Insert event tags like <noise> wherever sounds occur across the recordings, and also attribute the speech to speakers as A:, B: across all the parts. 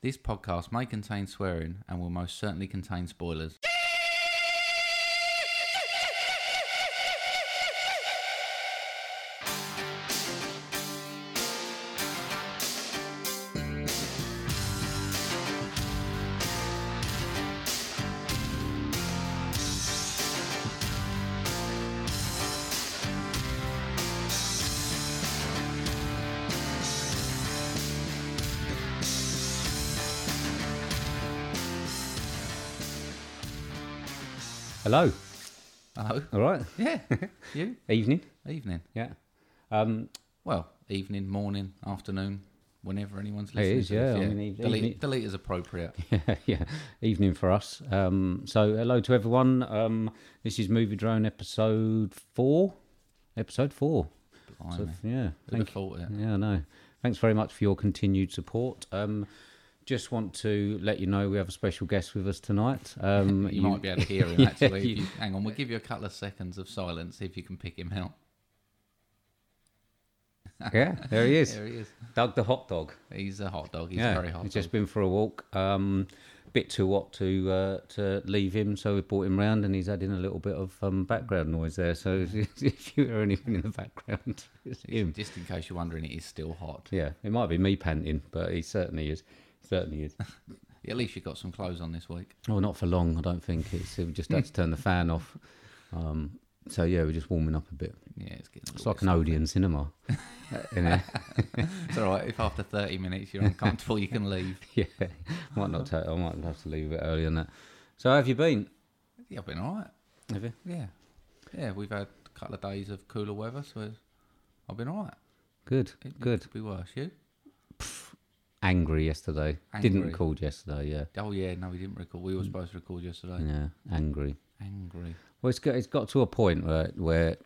A: This podcast may contain swearing and will most certainly contain spoilers.
B: Hello.
A: Hello.
B: All right.
A: Yeah. you?
B: Evening.
A: Evening.
B: Yeah. Um, <laughs>
A: Well, evening, morning, afternoon, whenever anyone's
B: It
A: listening.
B: is,
A: to this,
B: yeah, I mean, even-
A: delete,
B: even-
A: delete is
B: <laughs>
A: appropriate.
B: yeah. Evening for us. Um, so hello to everyone. Um, this is Movie Drone episode four. Episode four. So,
A: Blimey.
B: yeah.
A: Who'd have
B: Thank Um,
A: thought it?
B: Yeah, I know. Thanks very much for your continued support. Um, just want to let you know we have a special guest with us tonight. Um,
A: <laughs> You, might be able to hear him
B: <laughs> Yeah,
A: actually. if
B: you-
A: you- hang on, we'll give you a couple of seconds of silence see if you can pick him out.
B: yeah, there he
A: <laughs>
B: is.
A: There he is.
B: Doug the hot dog.
A: He's a hot dog. He's
B: yeah,
A: very hot.
B: He's
A: dog.
B: just been for a walk. Um, bit too hot to uh, to leave him, so we brought him round, and he's adding a little bit of um, background noise there. So <laughs> if, if you hear anything in the background, <laughs> it's him.
A: Just in case you're wondering, it is still hot.
B: Yeah, it might be me panting, but he certainly is. Certainly is.
A: At least you got some clothes on this week.
B: Oh, not for long, I don't think. It's we just had to turn the fan off. Um, so yeah, we're just warming up a bit.
A: Yeah, it's getting. A
B: It's
A: little
B: like an Odeon cinema. <laughs> You know?
A: bit- It's all right. If after 30 minutes you're uncomfortable, you can leave.
B: <laughs> yeah, might not. Take, I might have to leave a bit early on that. So how have you been?
A: Yeah, I've been all right.
B: Have you?
A: Yeah, yeah. We've had a couple of days of cooler weather, so I've been all right.
B: Good,
A: It- it
B: good.
A: could be worse. You?
B: angry yesterday. Didn't
A: Angry.
B: record yesterday. Yeah,
A: Oh yeah, no, we didn't record. We were supposed to record yesterday.
B: Mm. yeah, angry.
A: Angry.
B: Well, it's got it's got to a point where where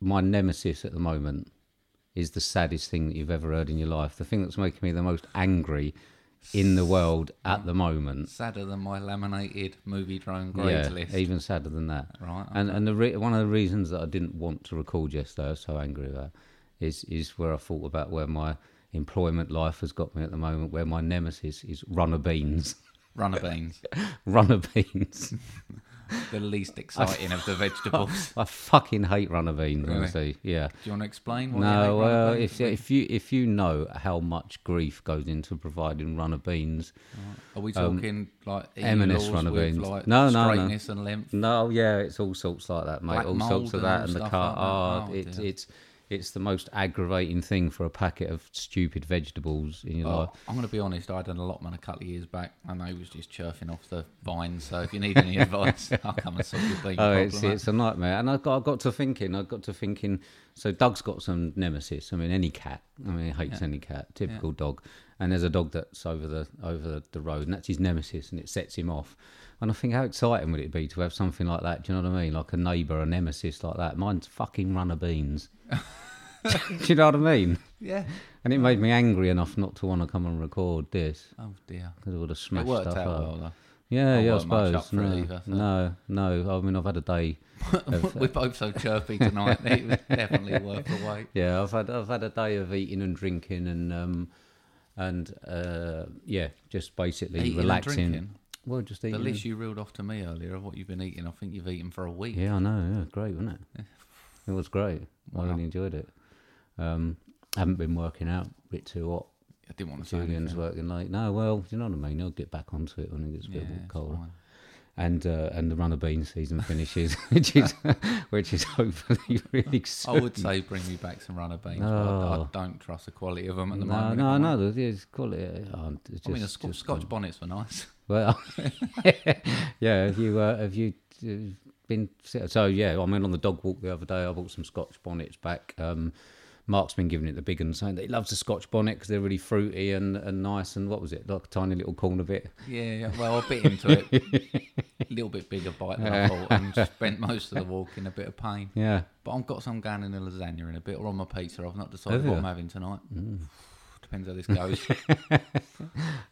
B: my nemesis at the moment is the saddest thing that you've ever heard in your life. The thing that's making me the most angry in the world at the moment.
A: Sadder than my laminated movie drone grades
B: Yeah,
A: list.
B: even sadder than that.
A: Right.
B: And and the re- one of the reasons that I didn't want to record yesterday, I was so angry about, is is where I thought about where my employment life has got me at the moment, where my nemesis is runner beans, <laughs>
A: Runner beans,
B: runner beans.
A: the least exciting of the
B: <laughs>
A: vegetables.
B: I fucking hate runner beans.
A: Really?
B: Honestly, yeah.
A: Do you want to explain? What you hate
B: No, uh,
A: runner
B: well,
A: beans?
B: if if you if you know how much grief goes into providing runner beans,
A: Are we
B: um,
A: talking like
B: M&S
A: E-laws
B: runner
A: with,
B: beans.
A: Like
B: No, no, no.
A: straightness and length.
B: no, yeah, it's all sorts like that, mate.
A: Black
B: all sorts
A: mould
B: of
A: and
B: that,
A: all
B: and the
A: stuff
B: car.
A: like that.
B: ah,
A: Oh,
B: it's
A: dear.
B: it's it's the most aggravating thing for a packet of stupid vegetables in your life.
A: Oh, I'm going to be honest. I had an allotment a couple of years back, and they was just chirping off the vines. So if you need any <laughs> advice, I'll come and sort your bean
B: Oh,
A: problem
B: it's,
A: out.
B: it's a nightmare. And I got, I got to thinking, I got to thinking, so Doug's got some nemesis. I mean, any cat. I mean, he hates any cat, typical dog. And there's a dog that's over the over the road, and that's his nemesis, and it sets him off. And I think, how exciting would it be to have something like that? Do you know what I mean? Like a neighbour, a nemesis like that. Mine's fucking
A: <laughs>
B: runner beans. do you know what I mean?
A: Yeah.
B: And it made me angry enough not to want to come and record this
A: Oh dear.
B: because I would have smashed
A: it worked
B: stuff
A: out
B: up. <laughs>
A: well
B: Yeah,
A: I
B: yeah, I
A: weren't much up
B: suppose.
A: for
B: No,
A: it either, so-
B: no, no. I mean, I've had a day.
A: <laughs> though. We're both so chirpy tonight. it was definitely worth the wait.
B: Yeah, I've had I've had a day of eating and drinking and um and uh yeah, just basically
A: Eating and
B: relaxing.
A: drinking?
B: Well, just
A: The
B: eating.
A: list you reeled off to me earlier of what you've been eating, I think you've eaten for a week.
B: and- Yeah, I know. Yeah, great, wasn't it? It was great. I really enjoyed it. Um, haven't been working out. Bit too hot.
A: I didn't want to say
B: Julian's
A: anything.
B: working late. No, well, you know what I mean. He'll get back onto it when it gets a
A: Yeah,
B: bit more
A: it's
B: colder.
A: fine.
B: And uh, and the runner bean season finishes, <laughs> which is which is hopefully <laughs> really soon.
A: I would say bring me back some runner beans,
B: No.
A: but I, I don't trust the quality of them at the
B: Oh. no,
A: moment. if
B: no,
A: I'm
B: no,
A: honest.
B: there's- there's quality. Oh, it's just,
A: I mean, the Sc-
B: just-
A: Scotch bonnets were nice. <laughs>
B: Well, <laughs> yeah. Have you uh, have you uh, been so? Yeah, I mean, on the dog walk the other day, I bought some Scotch bonnets back. Um, Mark's been giving it the big and saying that he loves the Scotch bonnet because they're really fruity and, and nice. And what was it like a tiny little corner bit?
A: Yeah, yeah, well, I bit into it. A
B: <laughs>
A: little bit bigger bite than I thought, and spent most of the walk in a bit of pain.
B: Yeah,
A: But I've got some going in a lasagna in a bit, or on my pizza. I've not decided
B: Have Mm.
A: what
B: you?
A: I'm having tonight. <sighs> Depends how this
B: <laughs>
A: goes.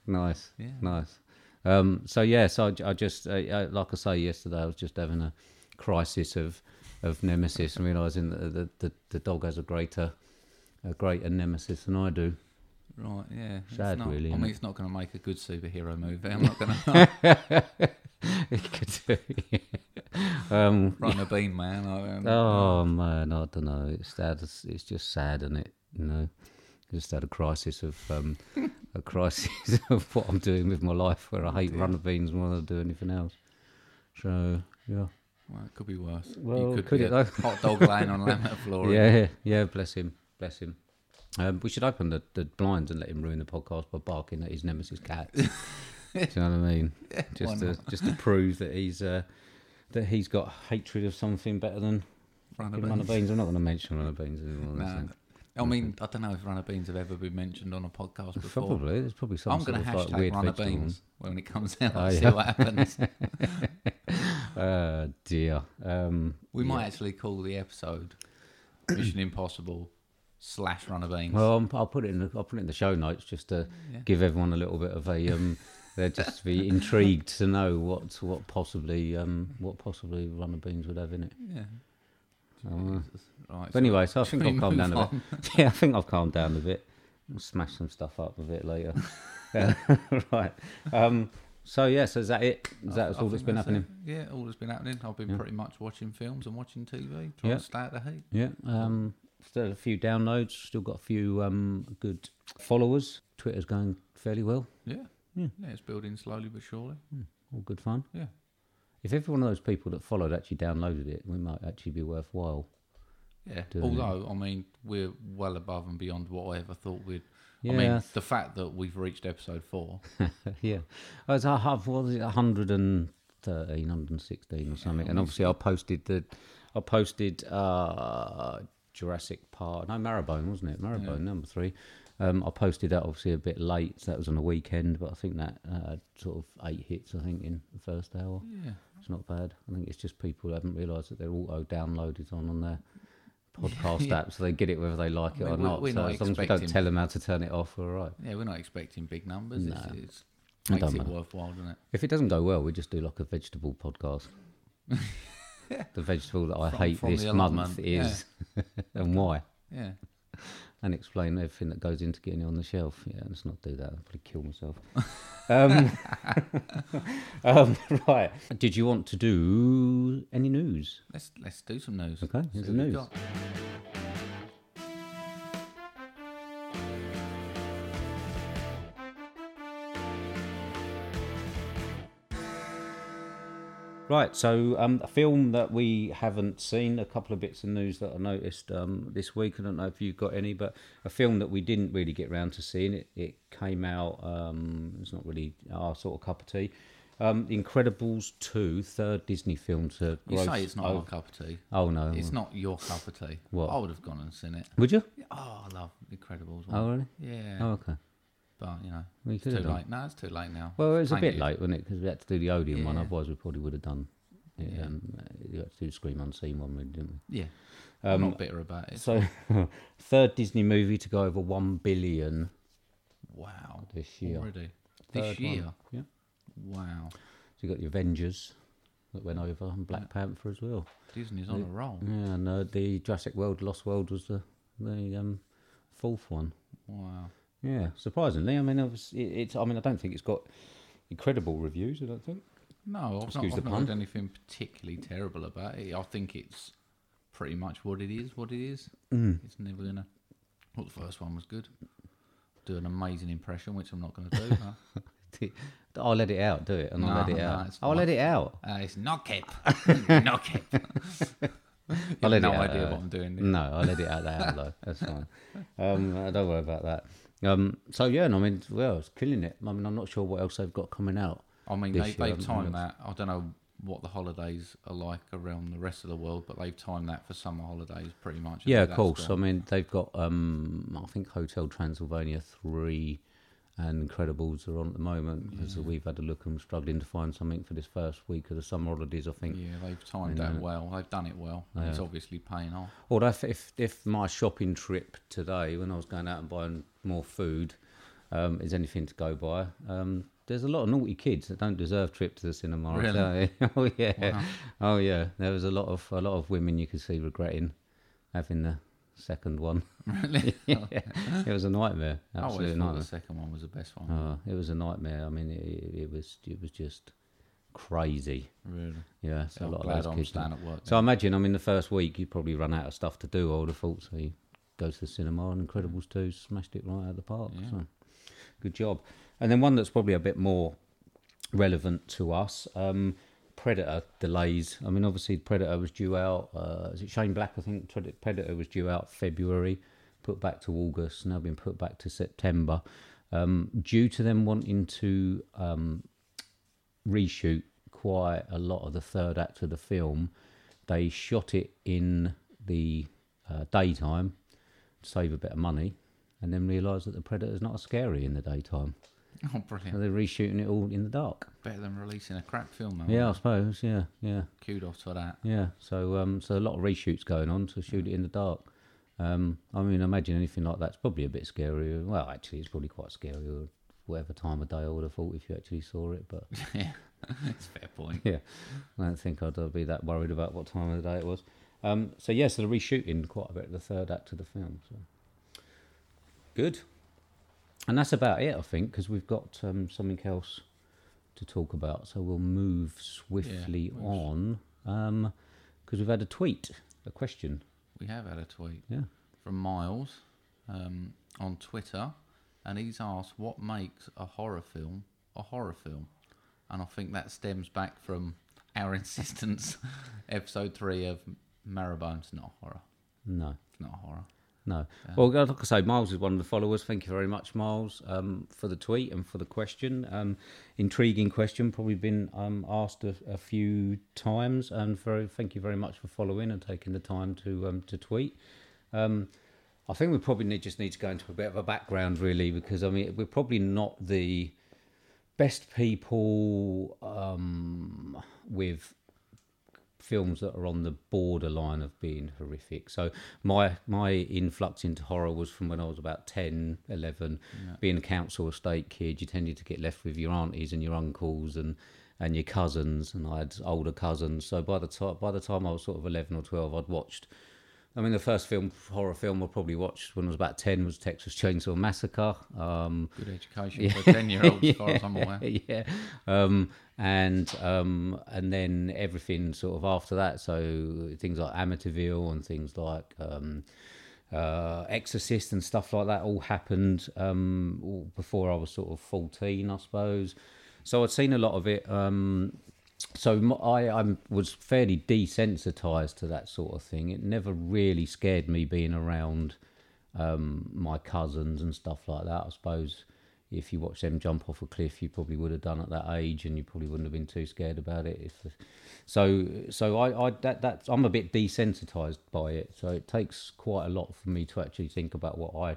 B: nice,
A: Yeah.
B: nice. Um, so yeah, so I, j- I just uh, I, like I say yesterday, I was just having a crisis of of nemesis and realizing that the, the the dog has a greater a greater nemesis than I do.
A: Right, yeah. it's
B: Sad,
A: not-
B: really,
A: I
B: isn't
A: mean,
B: it?
A: it's not going to make a good superhero movie. I'm not going
B: <laughs>
A: to
B: It could do. um,
A: <laughs> run a bean man. I, um,
B: Oh man, I don't know. It's sad. It's, it's just sad, and it you know, just had a crisis of um, a crisis <laughs> of what I'm doing with my life, where I hate runner beans more than I do anything else. So yeah,
A: Well, it could be worse.
B: Well,
A: you could,
B: could
A: be a
B: it though?
A: hot dog laying
B: <laughs>
A: on a laminate floor.
B: yeah, yeah, Bless him, bless him. Um, we should open the, the blinds and let him ruin the podcast by barking at his nemesis cat. do you know what I mean? just to just to prove that he's uh, that he's got hatred of something better than
A: Runner
B: runner
A: beans.
B: beans. I'm not going to mention runner beans anymore. that's
A: No.
B: it.
A: I mean, I don't know if runner beans have ever been mentioned on a podcast before.
B: Probably. There's probably some
A: I'm
B: sort
A: going
B: of
A: to
B: like
A: hashtag
B: weird
A: runner
B: vegetable.
A: beans when it comes out.
B: Oh,
A: and
B: yeah.
A: See what
B: <laughs>
A: happens.
B: Oh dear. Um,
A: We might actually call the episode
B: <clears throat>
A: Mission Impossible slash runner beans.
B: well, I'm, I'll put it in. The, I'll put it in the show notes just to
A: Yeah.
B: give everyone a little bit of a. Um, they're
A: <laughs>
B: just be intrigued to know what what possibly um, what possibly runner beans would have in it.
A: yeah.
B: Uh,
A: right.
B: But anyway, so I
A: should
B: think
A: we
B: I've calmed
A: move
B: down a bit. <laughs> Yeah, I think I've calmed down a bit. We'll smash some stuff up with
A: <laughs>
B: it later. <laughs> Yeah. right. Um, so yes, yeah, so is that it? Is that
A: I
B: all that's
A: think
B: been
A: that's
B: happening?
A: it. Yeah, all that's been happening. I've been
B: Yeah.
A: pretty much watching films and watching TV, trying
B: Yeah.
A: to stay out the heat.
B: Yeah. Um, still a few downloads. Still got a few um, good followers. Twitter's going fairly well.
A: Yeah.
B: Yeah.
A: yeah, it's building slowly but surely.
B: All good fun.
A: Yeah.
B: If every one of those people that followed actually downloaded it, we might actually be worthwhile.
A: Yeah.
B: Doing it.
A: Although, I mean, we're well above and beyond what I ever thought we'd. I
B: Yeah.
A: mean, the fact that we've reached episode four.
B: <laughs> yeah. Oh, I was, I have, what was it, 113, 116 or something. and obviously I posted the, I posted uh, Jurassic Park, no, Marrowbone, wasn't it? Marrowbone, number three. Um, I posted that obviously a bit late, so that was on a weekend, but I think that uh, had sort of eight hits, I think, in the first hour.
A: Yeah.
B: It's not bad. I think it's just people haven't realised that they're auto downloaded on
A: <laughs>
B: on their podcast app, so they get it whether they like it
A: I mean,
B: or
A: we-
B: not.
A: we're
B: So
A: not
B: as long as we don't
A: expecting-
B: tell them how to turn it off, we're all right.
A: Yeah, we're not expecting big numbers. It's,
B: No.
A: it's
B: It
A: makes
B: don't
A: it
B: matter.
A: worthwhile, doesn't it?
B: If it doesn't go well, we just do like a vegetable
A: <laughs>
B: podcast. the vegetable that I
A: From-
B: hate
A: from
B: this
A: the
B: month
A: allotment,
B: is <laughs> and why,
A: Yeah.
B: and explain everything that goes into getting it on the shelf. Yeah, let's not do that. I'll probably kill myself. um,
A: <laughs>
B: um, <laughs> right. Did you want to do any news?
A: Let's let's do some news.
B: Okay, here's
A: See
B: the
A: what we've
B: news.
A: got.
B: Right, so um, a film that we haven't seen, a couple of bits of news that I noticed um, this week. I don't know if you've got any, but a film that we didn't really get round to seeing. It, it came out, um, it's not really our sort of cup of tea. Um, The Incredibles 2, third Disney film to
A: You
B: gross
A: say it's not
B: o-
A: my cup of tea.
B: Oh, no.
A: It's not your cup of tea.
B: What?
A: I would have gone and seen it.
B: Would you?
A: Yeah, Oh, I love Incredibles. one.
B: Oh, really?
A: Yeah.
B: Oh, okay.
A: But, you know,
B: Well, you
A: it's
B: could
A: too
B: have done.
A: late. No, it's too late now.
B: Well, it was a
A: Thank
B: bit
A: you.
B: late, wasn't it? Because we had to do the Odeon one,
A: Yeah.
B: otherwise we probably would have done.
A: Yeah.
B: Um, we had to do the Scream Unseen one, really, didn't we?
A: Yeah.
B: Um,
A: I'm not bitter about it.
B: So, <laughs> third Disney movie to go over 1 billion
A: Wow.
B: this year.
A: Already. This
B: Third one.
A: year.
B: Yeah.
A: Wow.
B: So you got the Avengers that went over and Black Panther as well.
A: Disney's on a roll.
B: Yeah, and uh, the Jurassic World, Lost World was the the um, fourth one.
A: Wow.
B: Yeah, surprisingly. I mean, it was, it, it's. I mean, I don't think it's got incredible reviews. I don't think.
A: No, I've not,
B: Excuse the
A: I've not heard
B: pun.
A: anything particularly terrible about it. I think it's pretty much what it is, what it is.
B: Mm.
A: It's never going to. Well, the first one was good. Do an amazing impression, which I'm not going to do. no.
B: I'll let it out. Do it, and I'll
A: No,
B: let it
A: no,
B: out.
A: it's
B: I'll let it out.
A: <laughs> Uh, it's not cap. <laughs> not
B: <laughs>
A: cap.
B: I'll
A: I
B: let
A: have no
B: it out.
A: idea
B: uh,
A: what I'm doing. there.
B: No, I'll let it out that out though. That's fine.
A: <laughs>
B: Um, I don't worry about that. Um, so yeah, and I mean, well, it's killing it. I mean, I'm not sure what else they've got coming out.
A: I mean,
B: This
A: they,
B: year,
A: they've
B: haven't they?
A: timed that. I don't know what the holidays are like around the rest of the world, but they've timed that for summer holidays pretty much.
B: Yeah, of
A: That's
B: course.
A: gone.
B: I mean, they've got um, I think Hotel Transylvania three and Incredibles are on at the moment. So we've had a look and struggling to find something for this first week of the summer holidays. I think.
A: Yeah, they've timed that well. They've done it well. and It's obviously paying off.
B: Although if, if if my shopping trip today, when I was going out and buying more food, um, is anything to go by, um, there's a lot of naughty kids that don't deserve trip to the cinema. I'll
A: Really?
B: tell you. <laughs> oh yeah, oh yeah. There was a lot of a lot of women you could see regretting having the second one. <laughs>
A: Really?
B: it was a nightmare.
A: I always thought
B: Absolute nightmare.
A: the second one was the best one.
B: Oh, it was a nightmare. I mean, it, it was it was just crazy.
A: Really?
B: Yeah, so a
A: I'm
B: lot
A: glad
B: of those
A: I'm
B: kids.
A: staying at work.
B: So I imagine, I mean, the first week you probably run out of stuff to do. I would have thought so. You go to the cinema, and Incredibles two smashed it right out of the park.
A: Yeah.
B: So good job. And then one that's probably a bit more relevant to us. Um, Predator delays. I mean, obviously, Predator was due out. Uh, is it Shane Black? I think Pred- Predator was due out February, put back to August, now been put back to September, um, due to them wanting to um, reshoot quite a lot of the third act of the film. They shot it in the uh, daytime to save a bit of money, and then realised that the predator's not as scary in the daytime.
A: then. Oh,
B: So <laughs>
A: brilliant.
B: they're reshooting it all in the dark.
A: Better than releasing a crap film, though.
B: Yeah, I suppose. Yeah, yeah,
A: Kudos for that. <laughs>
B: yeah. So, um, so a lot of reshoots going on to shoot it in the dark. Um, I mean, I imagine anything like that's probably a bit scary. Well, actually, it's probably quite scary, or whatever time of day I would have thought if you actually saw it. But
A: yeah. <laughs> It's a fair point.
B: yeah, I don't think I'd uh, be that worried about what time of the day it was. Um, so yeah, so they're reshooting quite a bit of the third act of the film. So good, and that's about it, I think, because we've got um, something else to talk about. So we'll move swiftly
A: we'll just-
B: on on because we've had a tweet, a question.
A: We have had a tweet
B: Yeah.
A: from Miles um, on Twitter, and he's asked what makes a horror film a horror film, and I think that stems back from our <laughs> insistence, episode three of Marrowbones not horror.
B: No.
A: It's not horror.
B: No. Well, like I say, Miles is one of the followers. Thank you very much, Miles, um, for the tweet and for the question. Um, intriguing question, probably been um, asked a, a few times. And very, thank you very much for following and taking the time to um, to tweet. Um, I think we probably need, just need to go into a bit of a background, really, because I mean, we're probably not the best people um, with films that are on the borderline of being horrific. So my my influx into horror was from when I was about 10, 11, being a council estate kid, you tended to get left with your aunties and your uncles and and your cousins and I had older cousins. So by the time by the time I was sort of 11 or 12, I'd watched I mean the first film horror film I probably watched when I was about 10 was Texas Chainsaw Massacre. Um
A: Good education
B: <laughs>
A: for a ten-year-old, as far as I'm aware.
B: yeah. Um, and um, and then everything sort of after that. So things like Amityville and things like um, uh, Exorcist and stuff like that all happened um, all before I was sort of 14, I suppose. So I'd seen a lot of it. Um, so m- I I'm, was fairly desensitized to that sort of thing. It never really scared me being around um, my cousins and stuff like that. I suppose if you watched them jump off a cliff, you probably would have done at that age, and you probably wouldn't have been too scared about it. If so, so I, I that that's I'm a bit desensitized by it. So it takes quite a lot for me to actually think about what I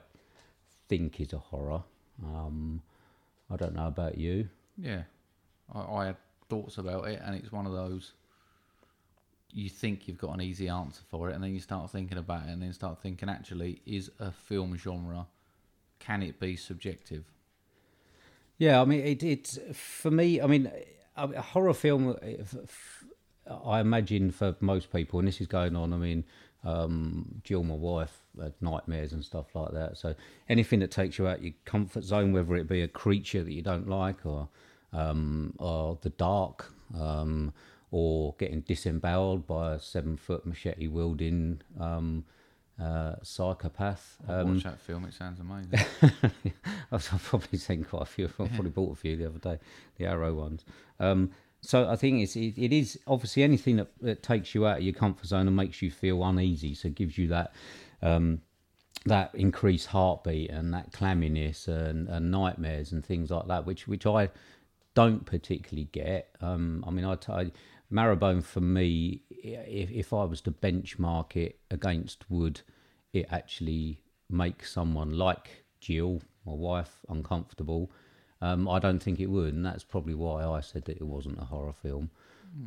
B: think is a horror. Um, I don't know about you.
A: Yeah, I, I had thoughts about it, and it's one of those. You think you've got an easy answer for it, and then you start thinking about it, and then start thinking actually, is a film genre? Can it be subjective?
B: Yeah, I mean, it, it's for me. I mean, a a horror film. if- if- I imagine for most people, and this is going on. I mean, um, Jill, my wife, had nightmares and stuff like that. So anything that takes you out your comfort zone, whether it be a creature that you don't like, or um, or the dark, um, or getting disemboweled by a seven-foot machete-wielding um, uh, psychopath.
A: I
B: Um,
A: Watch that film; it sounds
B: <laughs>
A: amazing.
B: I've <laughs> probably seen quite a few. I've probably bought a few the other day, the Arrow ones. Um, so I think it's it, it is obviously anything that, that takes you out of your comfort zone and makes you feel uneasy. So gives you that um, that increased heartbeat and that clamminess and, and nightmares and things like that, which which I don't particularly get. Um, I mean, I, t- I Marrowbone for me, i- if, if I was to benchmark it against, would it actually make someone like Jill, my wife, uncomfortable? Um, I don't think it would, and that's probably why I said that it wasn't a horror film.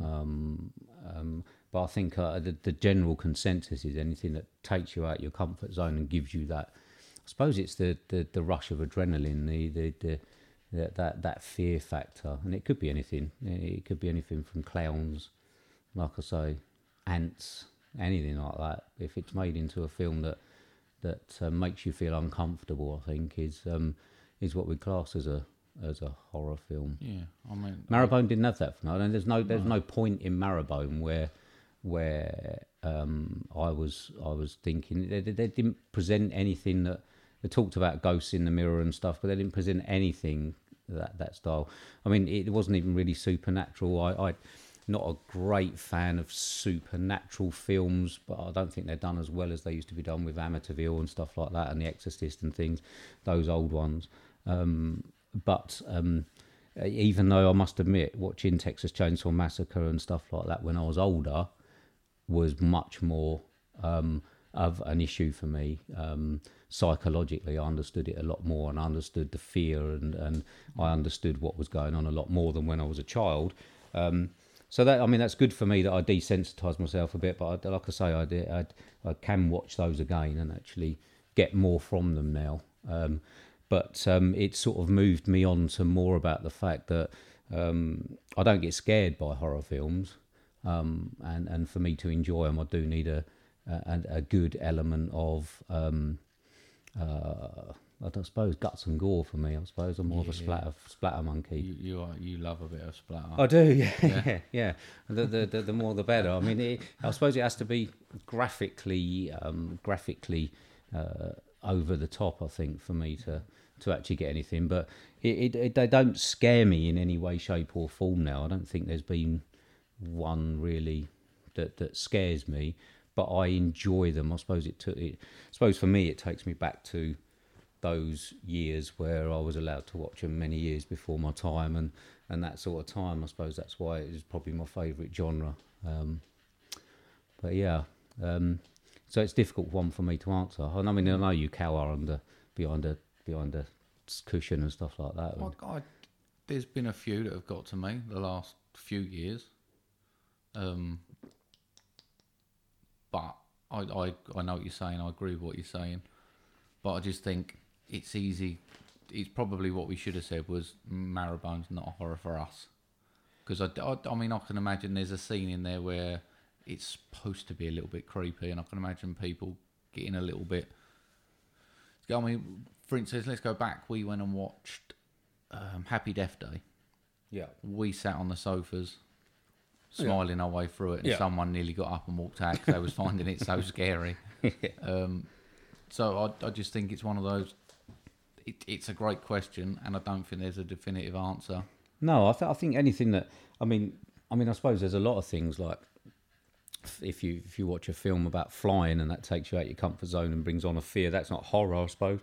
B: Um, um, but I think uh, the, the general consensus is anything that takes you out your comfort zone and gives you that. I suppose it's the, the, the rush of adrenaline, the, the, the that, that that fear factor, and it could be anything. It could be anything from clowns, like I say, ants, anything like that. If it's made into a film that that uh, makes you feel uncomfortable, I think, is um, is what we class as a as a horror film.
A: Yeah, I mean,
B: Marrowbone didn't have that for me. And there's no there's no point in Marrowbone where where um, I was I was thinking they, they they didn't present anything that they talked about ghosts in the mirror and stuff, but they didn't present anything that that style. I mean, it wasn't even really supernatural. I. I not a great fan of supernatural films, but I don't think they're done as well as they used to be done with Amityville and stuff like that, and The Exorcist and things, those old ones. Um, but um, even though I must admit, watching Texas Chainsaw Massacre and stuff like that when I was older was much more um, of an issue for me um, psychologically. I understood it a lot more, and I understood the fear, and and I understood what was going on a lot more than when I was a child. Um, so that I mean that's good for me that I desensitise myself a bit, but I, like I say, I, did, I I can watch those again and actually get more from them now. Um, but um, it sort of moved me on to more about the fact that um, I don't get scared by horror films, um, and and for me to enjoy them, I do need a a, a good element of um, uh, I don't suppose guts and gore for me. I suppose I'm more of a
A: Yeah.
B: splatter splatter monkey.
A: you you, are, you love a bit of splatter.
B: I Oh, do, <laughs> yeah, yeah, yeah. The, the the the more the better. I mean, it, I suppose it has to be graphically, um, graphically uh, over the top. I think for me to to actually get anything, but it, it, it they don't scare me in any way, shape, or form. Now, I don't think there's been one really that that scares me, but I enjoy them. I suppose it took it. I suppose for me, it takes me back to those years where I was allowed to watch them many years before my time and, and that sort of time. I suppose that's why it is probably my favourite genre. Um, but yeah, um, so it's a difficult one for me to answer. And I mean, I know you cower under behind a behind a s- cushion and stuff like that.
A: Well, Oh God, there's been a few that have got to me the last few years. Um, but I, I, I know what you're saying. I agree with what you're saying. But I just think it's easy. It's probably what we should have said was Marrowbone's not a horror for us. Because I, I, I mean, I can imagine there's a scene in there where it's supposed to be a little bit creepy, and I can imagine people getting a little bit. I mean, for instance, let's go back. We went and watched um, Happy Death Day.
B: yeah,
A: We sat on the sofas, smiling our way through it, and
B: Oh, Yeah.
A: someone nearly got up and walked out 'cause they was
B: <laughs>
A: finding it so scary. Um, so I, I just think it's one of those. It, it's a great question, and I don't think there's a definitive answer.
B: No, I, th- I think anything that I mean, I mean, I suppose there's a lot of things like f- if you if you watch a film about flying and that takes you out your comfort zone and brings on a fear, that's not horror, I suppose.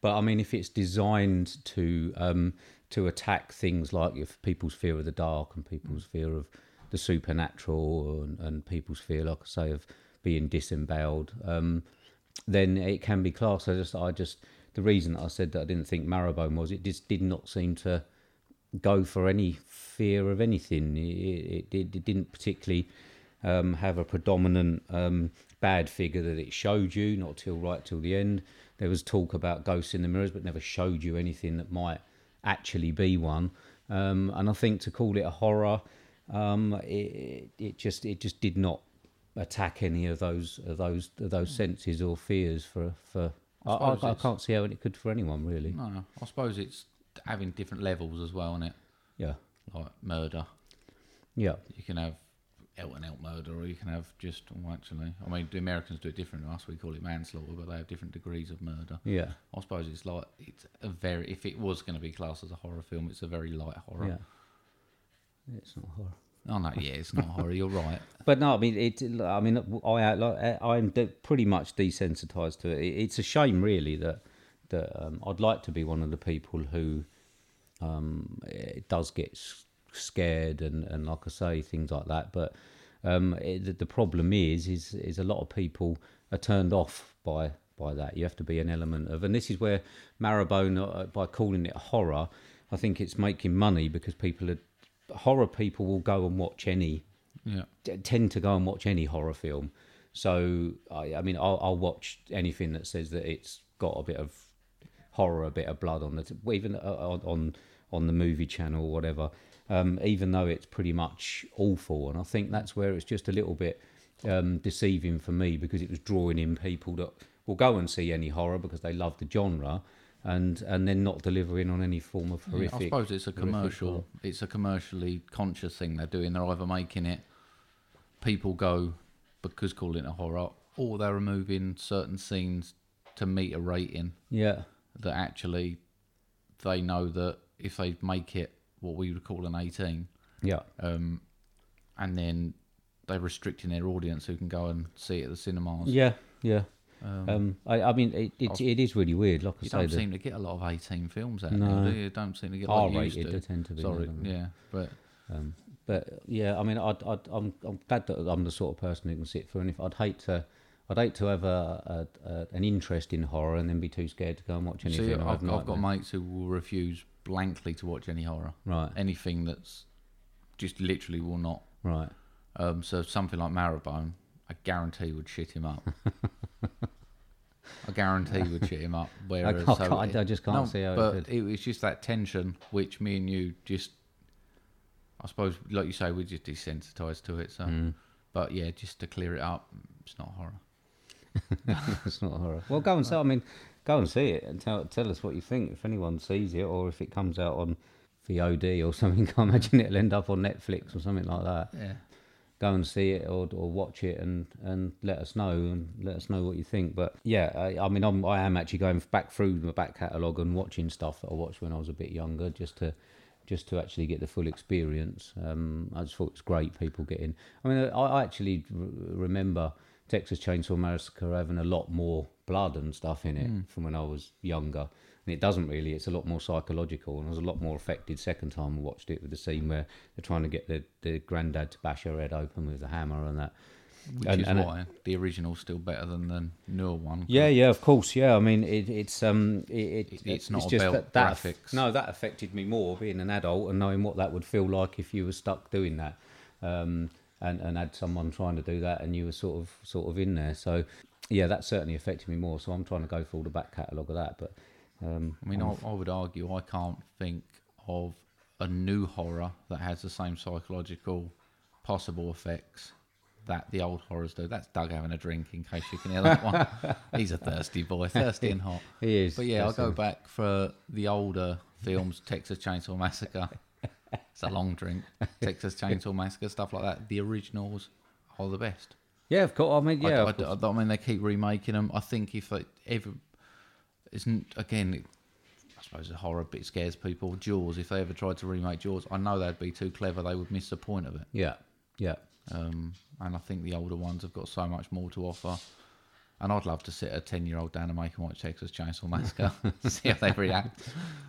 B: But I mean, if it's designed to um, to attack things like if people's fear of the dark and people's fear of the supernatural and, and people's fear, like I say, of being disemboweled, um, then it can be classed. I just, I just, the reason that I said that I didn't think Marrowbone was, it just did not seem to go for any fear of anything. It, it, it didn't particularly um, have a predominant um, bad figure that it showed you, not till right till the end. There was talk about ghosts in the mirrors, but never showed you anything that might actually be one. Um, and I think to call it a horror, um, it, it just it just did not attack any of those of those of those senses or fears for for. I, I,
A: Hmm. suppose
B: I
A: it's-
B: can't see how it could for anyone really.
A: No, I suppose it's having different levels as well, isn't it?
B: Yeah,
A: Like murder.
B: yeah.
A: You can have out and out murder, or you can have just well, actually. I mean, the Americans do it different than us. We call it manslaughter, but they have different degrees of murder.
B: Yeah,
A: I suppose it's like it's a very. If it was going to be classed as a horror film, it's a very light horror.
B: yeah. It's not horror.
A: Oh no, yeah, it's not horror. You're
B: <laughs>
A: right.
B: But no, I mean, it. I mean, I like, I'm de- pretty much desensitized to it. It- It's a shame, really, that that um, I'd like to be one of the people who um, it does get s- scared and, and like I say, things like that. But um, it, the- the problem is, is is a lot of people are turned off by by that. You have to be an element of, and this is where Marrowbone, uh, by calling it horror, I think it's making money because people are horror people will go and watch any
A: Yeah,
B: t- tend to go and watch any horror film. So I, I mean, I'll, I'll watch anything that says that it's got a bit of horror, a bit of blood on the, t- well, even uh, on on- on the movie channel or whatever. Um, even though it's pretty much awful, and I think that's where it's just a little bit um, deceiving for me because it was drawing in people that will go and see any horror because they love the genre, and and then not delivering on any form of horrific.
A: I suppose it's a
B: horrific
A: commercial.
B: horror.
A: It's a commercially conscious thing they're doing. They're either making it people go because calling it a horror, or they're removing certain scenes to meet a rating
B: Yeah,
A: that actually they know that if they make it what we would call an 18,
B: yeah,
A: um, and then they're restricting their audience who can go and see it at the cinemas.
B: yeah, yeah.
A: Um,
B: Um, I, I mean, it, it, it is really weird. Like I
A: you
B: say,
A: don't
B: the
A: seem to get a lot of 18 films out
B: No.
A: now, do you? Don't seem to get like you used
B: R-rated they tend to
A: to.
B: be.
A: Sorry,
B: um,
A: yeah, but
B: Um, but yeah, I mean, I'd, I'd, I'm, I'm glad that I'm the sort of person who can sit through. And if I'd hate to, I'd hate to have a, a, a an interest in horror and then be too scared to go and watch anything.
A: See,
B: or
A: I've,
B: have
A: I've got
B: nightmares.
A: mates who will refuse blankly to watch any horror, <laughs>
B: right,
A: anything that's just literally will not.
B: right. <laughs>
A: Um, so something like Marrowbone, I guarantee would shit him
B: <laughs>
A: up. I guarantee would shit him up. Whereas,
B: can't-
A: so
B: can't- I just can't
A: no,
B: see how it
A: But
B: could.
A: it was just that tension which me and you just, I suppose, like you say, we're just desensitized to it. So,
B: Mm.
A: but yeah, just to clear it up, it's not horror.
B: it's not horror. Well, go and see. I mean, go and see it and tell tell us what you think. If anyone sees it, or if it comes out on VOD or <laughs> something, I imagine it'll end up on Netflix or something like that.
A: Yeah.
B: Go and see it or, or watch it and, and let us know and let us know what you think. But yeah, I, I mean, I'm, I am actually going back through my back catalogue and watching stuff that I watched when I was a bit younger, just to just to actually get the full experience. Um, I just thought it's great people getting. I mean, I, I actually r- remember Texas Chainsaw Massacre having a lot more blood and stuff in it from when I was younger. And it doesn't really, it's a lot more psychological. And I was a lot more affected second time I watched it with the scene where they're trying to get the, the granddad to bash her head open with a hammer and that.
A: Which
B: And-
A: is
B: and it-
A: why the original's still better than the newer one.
B: Yeah, yeah, of course, yeah. I mean, it, it's um, it, it,
A: It- it's not about graphics.
B: no, that affected me more being an adult and knowing what that would feel like if you were stuck doing that, um, and and had someone trying to do that and you were sort of sort of in there. So, yeah, that certainly affected me more. So I'm trying to go through all the back catalogue of that, but um,
A: I mean, I, I would argue I can't think of a new horror that has the same psychological possible effects that the old horrors do. That's Doug having a drink, in case you can hear that one. He's a thirsty boy, thirsty and hot.
B: he is.
A: But yeah, I'll
B: that's
A: go
B: him.
A: back for the older films, Texas Chainsaw Massacre. It's a long drink. Texas Chainsaw Massacre, stuff like that. The originals are the best.
B: Yeah, of course. I mean,
A: I-
B: yeah,
A: I,
B: of course.
A: I- I mean, they keep remaking them. I think if they ever isn't again, it, I suppose a horror bit scares people. Jaws, if they ever tried to remake Jaws, I know they'd be too clever. They would miss the point of it.
B: yeah, yeah.
A: Um, and I think the older ones have got so much more to offer. And I'd love to sit a ten-year-old down and make them watch Texas Chainsaw Massacre, <laughs> see how they react.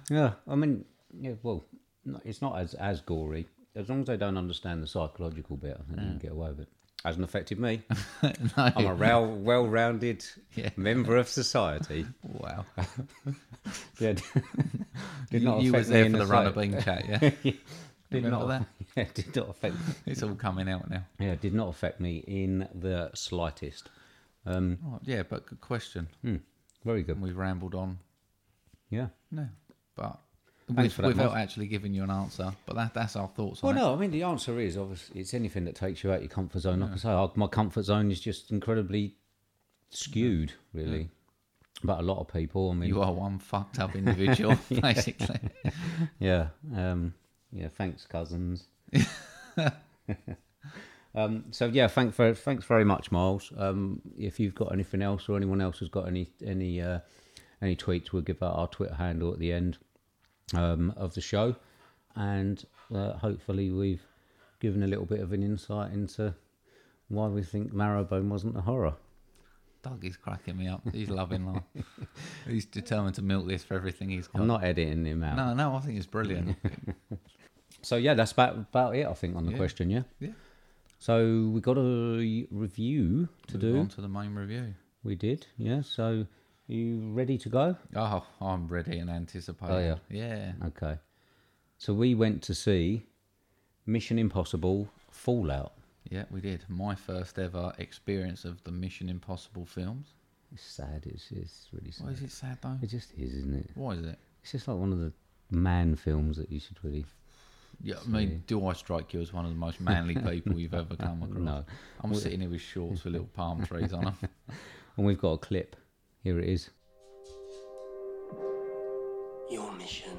B: Yeah, I mean, yeah, well, no, it's not as as gory as long as they don't understand the psychological bit. I think
A: Mm.
B: you can get away with it. Hasn't affected me.
A: <laughs>
B: I'm a well well-rounded
A: Yeah.
B: member
A: <laughs>
B: of society.
A: Wow, <laughs>
B: Yeah, did
A: you,
B: not
A: you
B: affect
A: was there
B: me
A: for
B: in
A: the
B: the
A: runner
B: slightest.
A: bean chat,
B: <laughs>
A: yeah.
B: did
A: Remember
B: not,
A: that?
B: <laughs> Yeah, did not affect.
A: It's all coming out now.
B: Yeah, did not affect me in the slightest. Um,
A: Right, yeah, but good question.
B: very good.
A: We've rambled on
B: Yeah.
A: No, but
B: Thanks
A: with,
B: for that,
A: without
B: Mark.
A: actually giving you an answer. But that, that's our thoughts
B: Well,
A: on it.
B: no, I mean the answer is obviously it's anything that takes you out your comfort zone. Like I say, I, my comfort zone is just incredibly skewed, really. But a lot of people, I mean,
A: You are one fucked
B: <laughs>
A: up individual, basically.
B: yeah, um, yeah. Thanks, cousins. <laughs> um, so yeah, thank for, thanks very much, Miles. Um, if you've got anything else, or anyone else has got any any uh, any tweets, we'll give out our Twitter handle at the end um, of the show, and uh, hopefully we've given a little bit of an insight into why we think Marrowbone wasn't a horror.
A: Doug is cracking me up. He's loving
B: <laughs>
A: life. He's determined to milk this for everything he's got.
B: I'm not editing him out.
A: no, no, I think it's brilliant.
B: So yeah, that's about about it. I think on the
A: Yeah.
B: question, yeah.
A: Yeah.
B: So we got a review <laughs> to
A: Move
B: do.
A: on to the main review.
B: We did, yeah. So you ready to go?
A: Oh, I'm ready and anticipating.
B: Oh,
A: yeah.
B: Okay. So we went to see Mission Impossible Fallout.
A: Yeah, we did. My first ever experience of the Mission Impossible films.
B: It's sad. It's it's really sad.
A: Why is it sad though?
B: It just is, isn't it?
A: Why is it?
B: It's just like one of the man films that you should really.
A: Yeah, I mean, do I strike you as one of the
B: <laughs>
A: most manly people you've ever come across?
B: No. <laughs>
A: I'm sitting here with shorts with little palm trees on them.
B: And we've got a clip Here it is.
C: Your mission.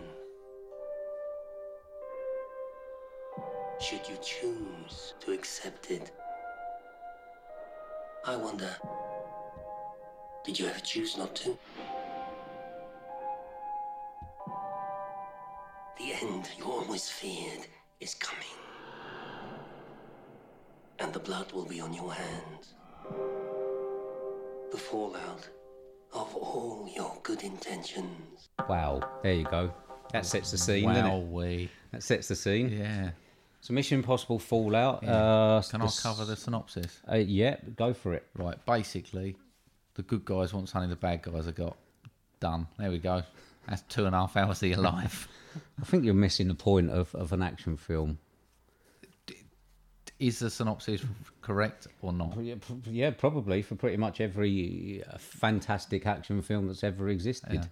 C: Should you choose to accept it? I wonder, did you ever choose not to? The end you always feared is coming. And the blood will be on your hands. The fallout of all your good intentions.
B: Wow. There you go. That sets the scene, doesn't
A: Wow,
B: it?
A: we.
B: That sets the scene.
A: Yeah.
B: So Mission Impossible Fallout. Uh,
A: Can I cover the synopsis?
B: Uh, yeah, go for it.
A: Right. Basically, the good guys want something the bad guys have got. Done. There we go. That's two and a half hours of your life.
B: I think you're missing the point of, of an action film.
A: Is the synopsis correct or not?
B: Yeah, p- yeah, probably for pretty much every uh, fantastic action film that's ever existed.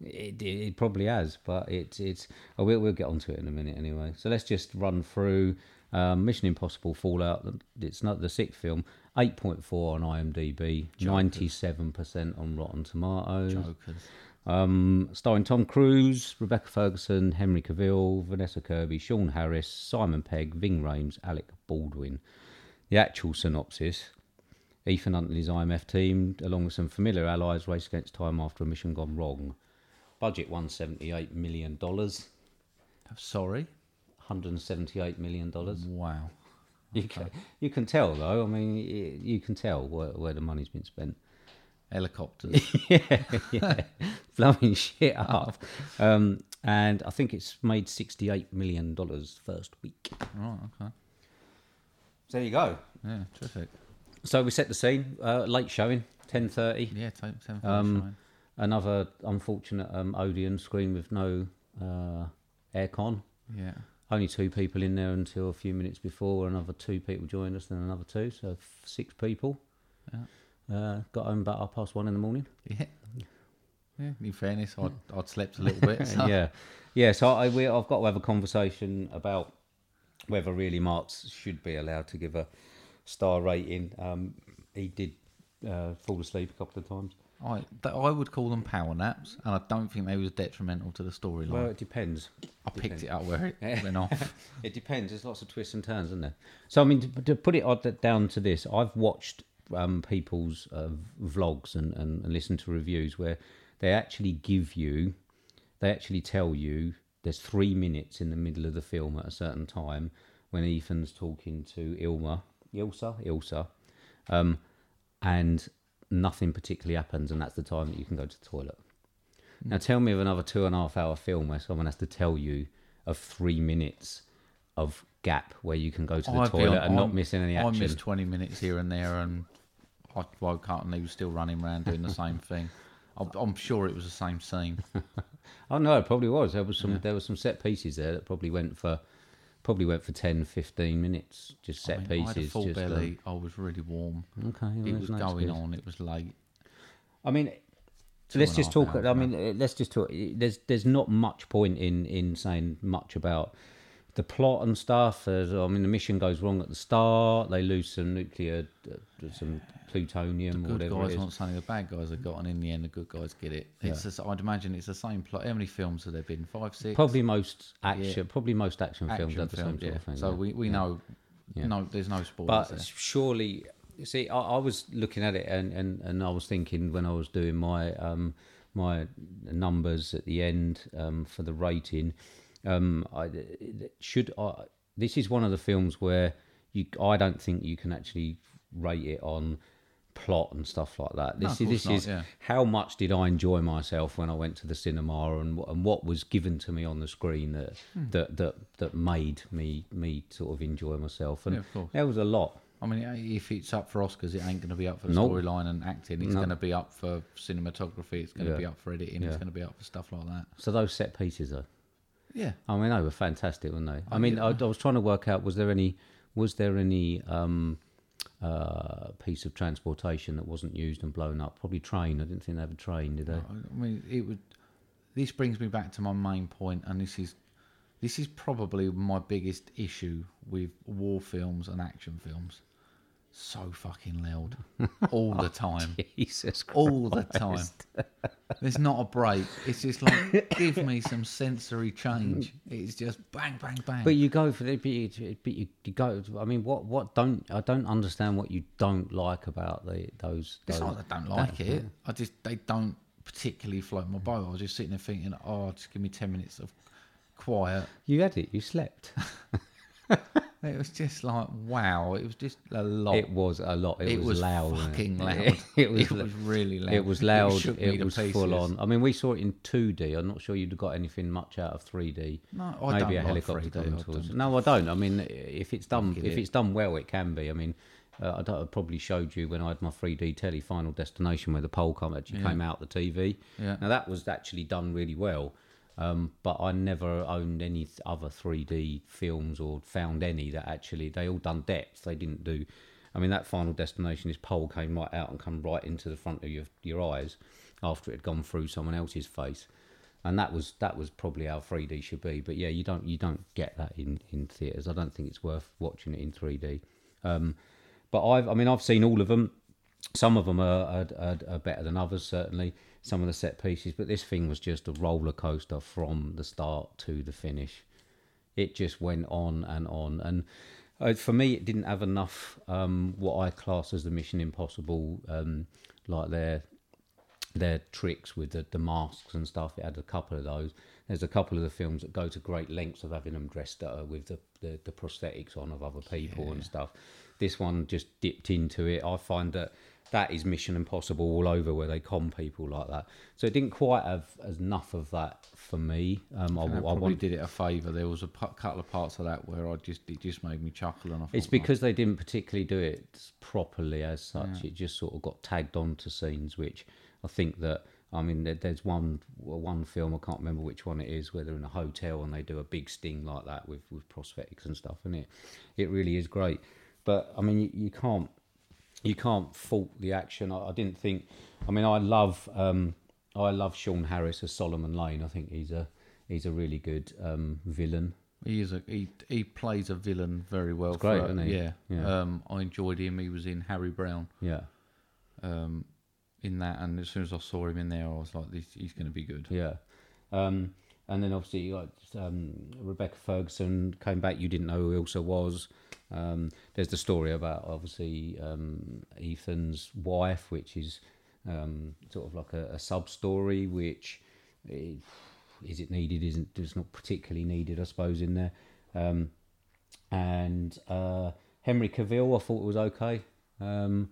B: It, it, it probably has, but it, it's. Oh, we'll, we'll get onto it in a minute anyway. So let's just run through um, Mission Impossible Fallout. It's not the sixth film. 8.4 on IMDb, 97% on Rotten Tomatoes.
A: Jokers.
B: Um, starring Tom Cruise, Rebecca Ferguson, Henry Cavill, Vanessa Kirby, Sean Harris, Simon Pegg, Ving Rhames, Alec Baldwin. The actual synopsis Ethan Hunt and his IMF team, along with some familiar allies, race against time after a mission gone wrong. Budget $178 million. $178
A: Sorry.
B: million.
A: Wow.
B: You, can, you can tell, though. I mean, y- you can tell where, where the money's been spent.
A: Helicopters.
B: <laughs> yeah, blowing shit up. Um, and I think it's made sixty-eight million dollars first week.
A: right. Okay.
B: So there you go.
A: Yeah. Terrific.
B: So we set the scene. Uh, late showing, ten thirty.
A: Yeah. Take seven.
B: Um, Another unfortunate um, Odeon screen with no uh, aircon.
A: yeah.
B: Only two people in there until a few minutes before. Another two people joined us, then another two, so f- six people.
A: Yeah.
B: Uh, got home about half past one in the morning.
A: Yeah. Yeah. In fairness, I'd, I'd slept a little
B: <laughs>
A: bit. So.
B: yeah, yeah. So I, we, I've got to have a conversation about whether really Marks should be allowed to give a star rating. Um, he did uh, fall asleep a couple of times.
A: I, th- I would call them power naps, and I don't think they was detrimental to the storyline.
B: Well, it depends.
A: I picked it up where
B: <laughs>
A: it went off.
B: It depends. There's lots of twists and turns, isn't there? So I mean, to, to put it odd- down to this, I've watched um, people's uh, vlogs and, and, and listened to reviews where they actually give you, they actually tell you there's three minutes in the middle of the film at a certain time when Ethan's talking to Ilma, Ilsa, Ilsa, um, and nothing particularly happens, and that's the time that you can go to the toilet. Now tell me of another two and a half hour film where someone has to tell you of three minutes of gap where you can go to the
A: I'd be
B: toilet
A: on-
B: and not
A: I'm-
B: missing any
A: I
B: action.
A: missed 20 minutes here and there, and I woke up and he was still running around doing the same
B: <laughs>
A: thing. I'm, I'm sure it was the same scene.
B: Oh no, it probably was. There was some there were some set pieces there that probably went for probably went for 10, 15 minutes. Just set
A: I mean, I had a
B: pieces.
A: full
B: just, um,
A: belly. I was really warm.
B: okay,
A: It
B: well,
A: was
B: that's
A: going
B: good.
A: on. It was late.
B: I mean,
A: and
B: let's
A: a
B: just
A: half
B: talk.
A: hours,
B: I mean, uh, let's just talk. There's there's not much point in in saying much about the plot and stuff. There's, I mean, the mission goes wrong at the start. They lose some nuclear, uh, some plutonium, or
A: Good
B: whatever it
A: guys
B: is.
A: want something the bad guys have got, and in the end, the good guys get it. It's just, I'd imagine it's the same plot. How many films have there been? Five, six?
B: Probably most action. Probably most action, films
A: action
B: have the same
A: films,
B: sort
A: yeah.
B: of thing.
A: So
B: yeah.
A: we, we know no, there's no spoilers
B: But surely, you see, I, I was looking at it and, and, and I was thinking when I was doing my um, my numbers at the end um, for the rating, um, I, should I? This is one of the films where you I don't think you can actually rate it on plot and stuff like that. This
A: of
B: is this
A: course
B: is
A: not, yeah.
B: how much did I enjoy myself when I went to the cinema and wh- and what was given to me on the screen that
A: Hmm.
B: that, that that made me me sort of enjoy myself and
A: Yeah, of course.
B: there was a lot.
A: I mean, if it's up for Oscars, it ain't going to be up for
B: Nope.
A: storyline and acting. It's
B: No.
A: going to be up for cinematography. It's going to
B: Yeah.
A: be up for editing. It's
B: Yeah.
A: going to be up for stuff like that.
B: So those set pieces though.
A: Yeah.
B: I mean they were fantastic, weren't
A: Oh,
B: they? I mean I, I was trying to work out was there any was there any um uh, piece of transportation that wasn't used and blown up? Probably train. I didn't think they had a train, did they?
A: I mean, it would. This brings me back to my main point, and this is this is probably my biggest issue with war films and action films so fucking
B: <laughs>
A: loud all the time.
B: <laughs> Jesus Christ.
A: all the time. There's not a break. It's just like, give me some sensory change. It's just bang, bang, bang.
B: But you go for the but you, but you, you go. I mean, what what don't I don't understand what you don't like about the those.
A: it's
B: those
A: not that I don't like it. I just they don't particularly float my boat. I was just sitting there thinking, oh, just give me ten minutes of quiet.
B: you had it.
A: <laughs>
B: You slept.
A: It was just like, wow. It was just a lot.
B: It was a lot. It,
A: It
B: was,
A: was
B: loud. wasn't
A: fucking
B: <laughs> it?
A: loud.
B: it was.
A: It
B: lo-
A: was really loud.
B: It
A: <laughs>
B: was
A: It
B: loud.
A: shook me
B: It
A: to
B: was full
A: pieces.
B: on. I mean, we saw it in 2D. I'm not sure you'd have got anything much out of 3D.
A: No, I
B: Maybe a
A: don't like
B: helicopter
A: 3D,
B: coming
A: I
B: towards.
A: don't.
B: No, I don't. I mean, if it's done,
A: Give
B: if
A: it.
B: it's done well, it can be. I mean, uh, I, don't, I probably showed you when I had my 3D telly Final Destination where the pole come actually came out the TV.
A: Yeah.
B: Now that was actually done really well. Um, but I never owned any th- other 3D films or found any that actually they all done depth. They didn't do. I mean, that Final Destination, this pole came right out and come right into the front of your your eyes after it had gone through someone else's face, and that was that was probably how 3D should be. But yeah, you don't you don't get that in in theaters. I don't think it's worth watching it in 3D. Um, but I've I mean I've seen all of them some of them are, are, are, are better than others, certainly. Some of the set pieces, but this thing was just a roller coaster from the start to the finish. It just went on and on, and uh, for me, it didn't have enough um, what I class as the Mission Impossible, um, like their their tricks with the, the masks and stuff. It had a couple of those. There's a couple of the films that go to great lengths of having them dressed uh, with the, the, the prosthetics on of other people and stuff. This one just dipped into it. I find that that is Mission Impossible all over where they con people like that. So it didn't quite have as enough of that for me. Um, I,
A: And I
B: I
A: probably
B: want
A: did it a favour. There was a pu- couple of parts of that where I just it just made me chuckle and I thought,
B: It's because they didn't particularly do it properly as such. It just sort of got tagged onto scenes, which I think that I mean, there, there's one one film I can't remember which one it is, where they're in a hotel and they do a big sting like that with with prosthetics and stuff, and it it really is great. But I mean, you, you can't you can't fault the action. I, I didn't think. I mean, I love um, I love Sean Harris as Solomon Lane. I think he's a he's a really good um, villain.
A: He is a he, he plays a villain very well.
B: great,
A: throughout.
B: isn't he?
A: Yeah.
B: Yeah.
A: Um, I enjoyed him. He was in Harry Brown
B: Yeah.
A: um, in that, and as soon as I saw him in there, I was like, this, he's going to be good.
B: Yeah. Um, and then obviously you got um, Rebecca Ferguson came back. You didn't know who Ilsa was. Um, there's the story about obviously um, Ethan's wife, which is um, sort of like a, a sub story, which eh, is it needed? Isn't it's not particularly needed, I suppose, in there. Um, and uh, Henry Cavill, I thought was okay. Um,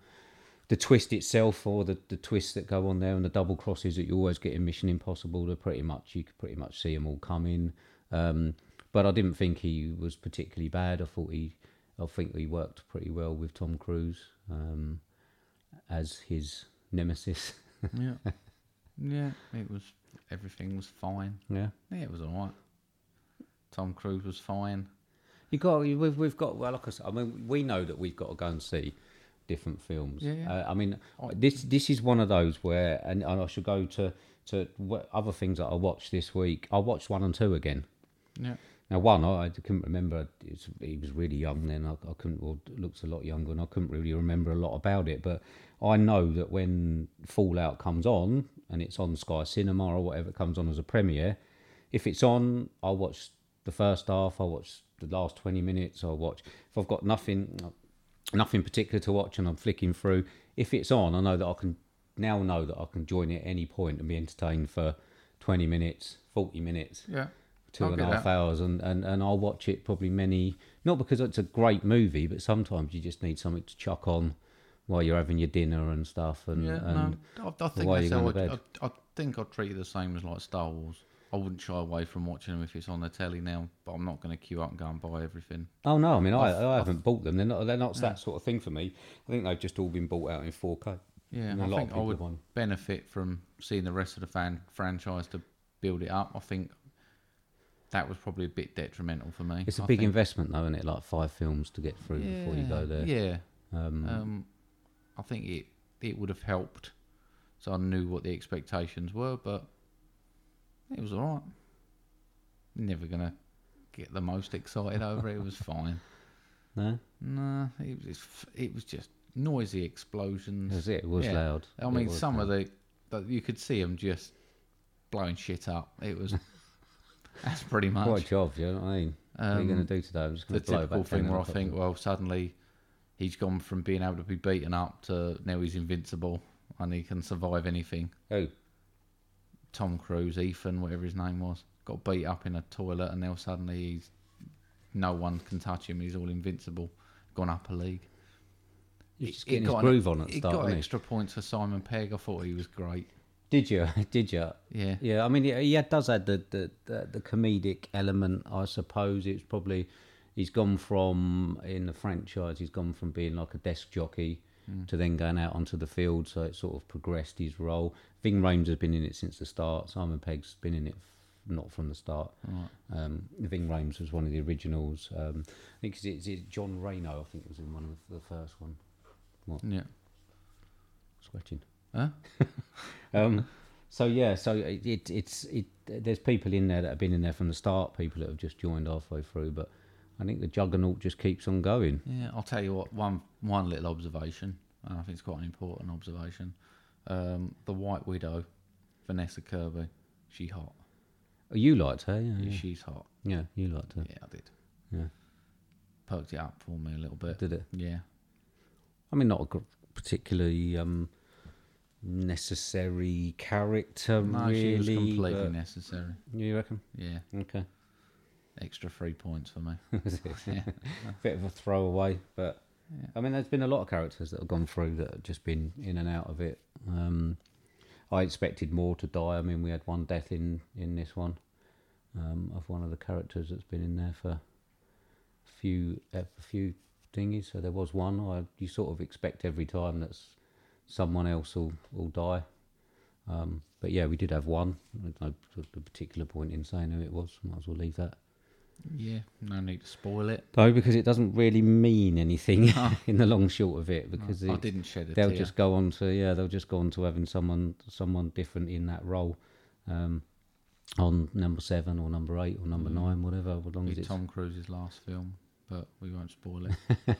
B: the twist itself or the, the twists that go on there and the double crosses that you always get in Mission Impossible, they're pretty much you could pretty much see them all coming. Um, but I didn't think he was particularly bad. I thought he, I think he worked pretty well with Tom Cruise um, as his nemesis. <laughs>
A: Yeah. yeah. It was everything was fine.
B: yeah.
A: Yeah, it was all right. Tom Cruise was fine.
B: You got you- we've we've got well, like I said, I mean, we know that we've got to go and see different films.
A: Yeah, Oh. yeah.
B: Uh, I mean, this this is one of those where, and, and I should go to to wh- other things that I watched this week. I watched one and two again.
A: Yeah.
B: Now, one, I, I couldn't remember. It's, he was really young then. I, I couldn't. Well, looks a lot younger, and I couldn't really remember a lot about it. But I know that when Fallout comes on, and it's on Sky Cinema or whatever it comes on as a premiere, if it's on, I'll watch the first half. I'll watch the last twenty minutes. I'll watch if I've got nothing, nothing particular to watch, and I'm flicking through. If it's on, I know that I can now know that I can join it at any point and be entertained for twenty minutes, forty minutes
A: Yeah.
B: two
A: I'll
B: and a
A: get
B: half
A: that.
B: hours and, and, and I'll watch it probably many not because it's a great movie, but sometimes you just need something to chuck on while you're having your dinner and stuff and,
A: Yeah.
B: and
A: no, I, I think
B: why
A: that's
B: you
A: how
B: going to
A: I,
B: bed?
A: I, I think I'll treat it the same as like Star Wars. I wouldn't shy away from watching them if it's on the telly now, but I'm not going to queue up and go and buy everything.
B: Oh no, I mean I, I haven't bought them. They're not they're not that sort of thing for me. I think they've just all been bought out in four K.
A: Yeah,
B: And a
A: I
B: lot of
A: think I
B: people
A: would
B: have won.
A: benefit from seeing the rest of the fan franchise to build it up. I think that was probably a bit detrimental for me.
B: It's a
A: a
B: big investment though, isn't it? Like five films to get through before you go there.
A: Yeah,
B: Um,
A: um, I think it it would have helped, so I knew what the expectations were, but it was all right. Never gonna
B: <laughs>
A: get the most excited over it. It was fine.
B: no?
A: Nah, it was it was just noisy explosions.
B: That's it. It was
A: Yeah.
B: loud.
A: I
B: It
A: mean,
B: was
A: some
B: loud.
A: of the, but you could see them just blowing shit up. It was <laughs> that's pretty much
B: Quite a job, you know what I mean? what are you
A: Um,
B: going to do today? I'm just
A: the
B: going to blow
A: typical
B: back
A: thing
B: down
A: where I
B: on top
A: think,
B: of
A: well, suddenly he's gone from being able to be beaten up to now he's invincible and he can survive anything.
B: it.
A: Tom Cruise, Ethan, whatever his name was, got beat up in a toilet, and now suddenly he's no one can touch him. He's all invincible, gone up a league.
B: oh, he's just
A: It
B: getting his
A: got an-
B: groove on at the
A: It
B: start,
A: got
B: wasn't he?
A: extra points for Simon Pegg. I thought he was great.
B: Did you? <laughs> Did you?
A: Yeah.
B: Yeah, I mean, yeah, he had- does add the, the, the, the comedic element, I suppose. It's probably, he's gone from, in the franchise, he's gone from being like a desk jockey to then going out onto the field. So it sort of progressed his role. Ving Rhames has been in it since the start. Simon Pegg's been in it f- not from the start. Um, Ving Rhames was one of the originals. Um, I think it's, it's it's John Reno, I think, was in one of the first one.
A: Yeah.
B: Sweating.
A: Huh?
B: <laughs> Um, so yeah, so it, it it's it. There's people in there that have been in there from the start, people that have just joined halfway through, but I think the juggernaut just keeps on going.
A: Yeah, I'll tell you what. One one little observation, and I think it's quite an important observation. Um, the White Widow, Vanessa Kirby, she hot.
B: Oh, You liked her, yeah, yeah,
A: She's hot.
B: yeah. You liked her,
A: Yeah, I did.
B: Yeah.
A: Perked it up for me a little bit.
B: did it?
A: Yeah.
B: I mean, not a gr- particularly um, necessary character,
A: No, she
B: really. uh,
A: was completely
B: but-
A: necessary.
B: you reckon?
A: Yeah.
B: Okay, <laughs>
A: Extra three points for me.
B: bit of a throwaway, but I mean, there's been a lot of characters that have gone through that have just been in and out of it. Um, I expected more to die. I mean, we had one death in in this one um, of one of the characters that's been in there for a few a few thingies. So there was one. I you sort of expect every time that s- someone else will will die. Um, but yeah, we did have one. There's No particular point in saying who it was. Might as well leave that
A: Yeah. No need to spoil
B: <laughs>
A: it.
B: though because it doesn't really mean anything <laughs> in the long short of it because
A: I
B: it-
A: didn't shed a
B: they'll
A: tear.
B: just go on to yeah they'll just go on to having someone someone different in that role um, on number seven or number eight or number nine whatever as long
A: Be
B: as it's
A: Mm. Tom Cruise's last film, but we won't spoil it.
B: <laughs>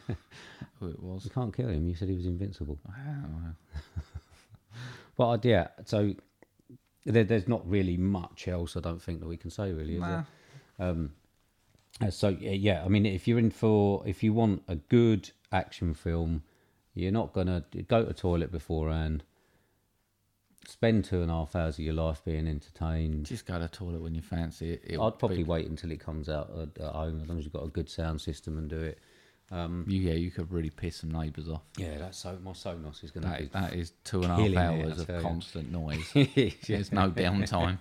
A: Who it was.
B: you can't kill him you said he was invincible
A: Wow.
B: but I'd- yeah so there, there's not really much else I don't think that we can say really is there?
A: Nah.
B: Um, Uh, so yeah, yeah, I mean, if you're in for, if you want a good action film, you're not gonna go to toilet beforehand. Spend two and a half hours of your life being entertained.
A: Just go to the toilet when you fancy it. It'll
B: I'd probably
A: be-
B: wait until it comes out at, at home, as long as you've got a good sound system and do it.
A: you, yeah, you could really piss some neighbours off.
B: Yeah, that's so my Sonos is <laughs> gonna
A: That is, that is two and a half
B: Killing it, I
A: hours
B: tell
A: of
B: you.
A: constant
B: <laughs>
A: noise.
B: be.
A: There's no
B: <laughs>
A: downtime.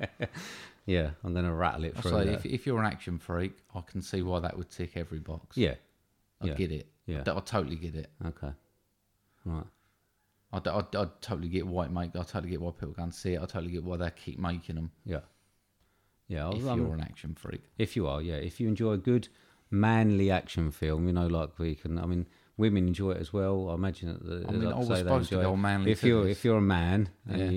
B: yeah, I'm gonna rattle it through.
A: So
B: that.
A: if, if you're an action freak, I can see why that would tick every box.
B: yeah,
A: I
B: yeah.
A: get it.
B: Yeah.
A: I, d- I totally get it.
B: okay, right.
A: I, d- I d- I totally get why it make. I totally get why people go and see it. I totally get why they keep making them.
B: Yeah, yeah. I'll-
A: If
B: I'm-
A: you're an action freak,
B: If you are, yeah. If you enjoy a good manly action film, you know, like we can. I mean, women enjoy it as well. I imagine that. The,
A: I mean,
B: like
A: I was
B: say, they
A: supposed to
B: enjoy
A: go
B: it.
A: manly
B: If
A: to
B: you're
A: this.
B: if you're a man and
A: Yeah.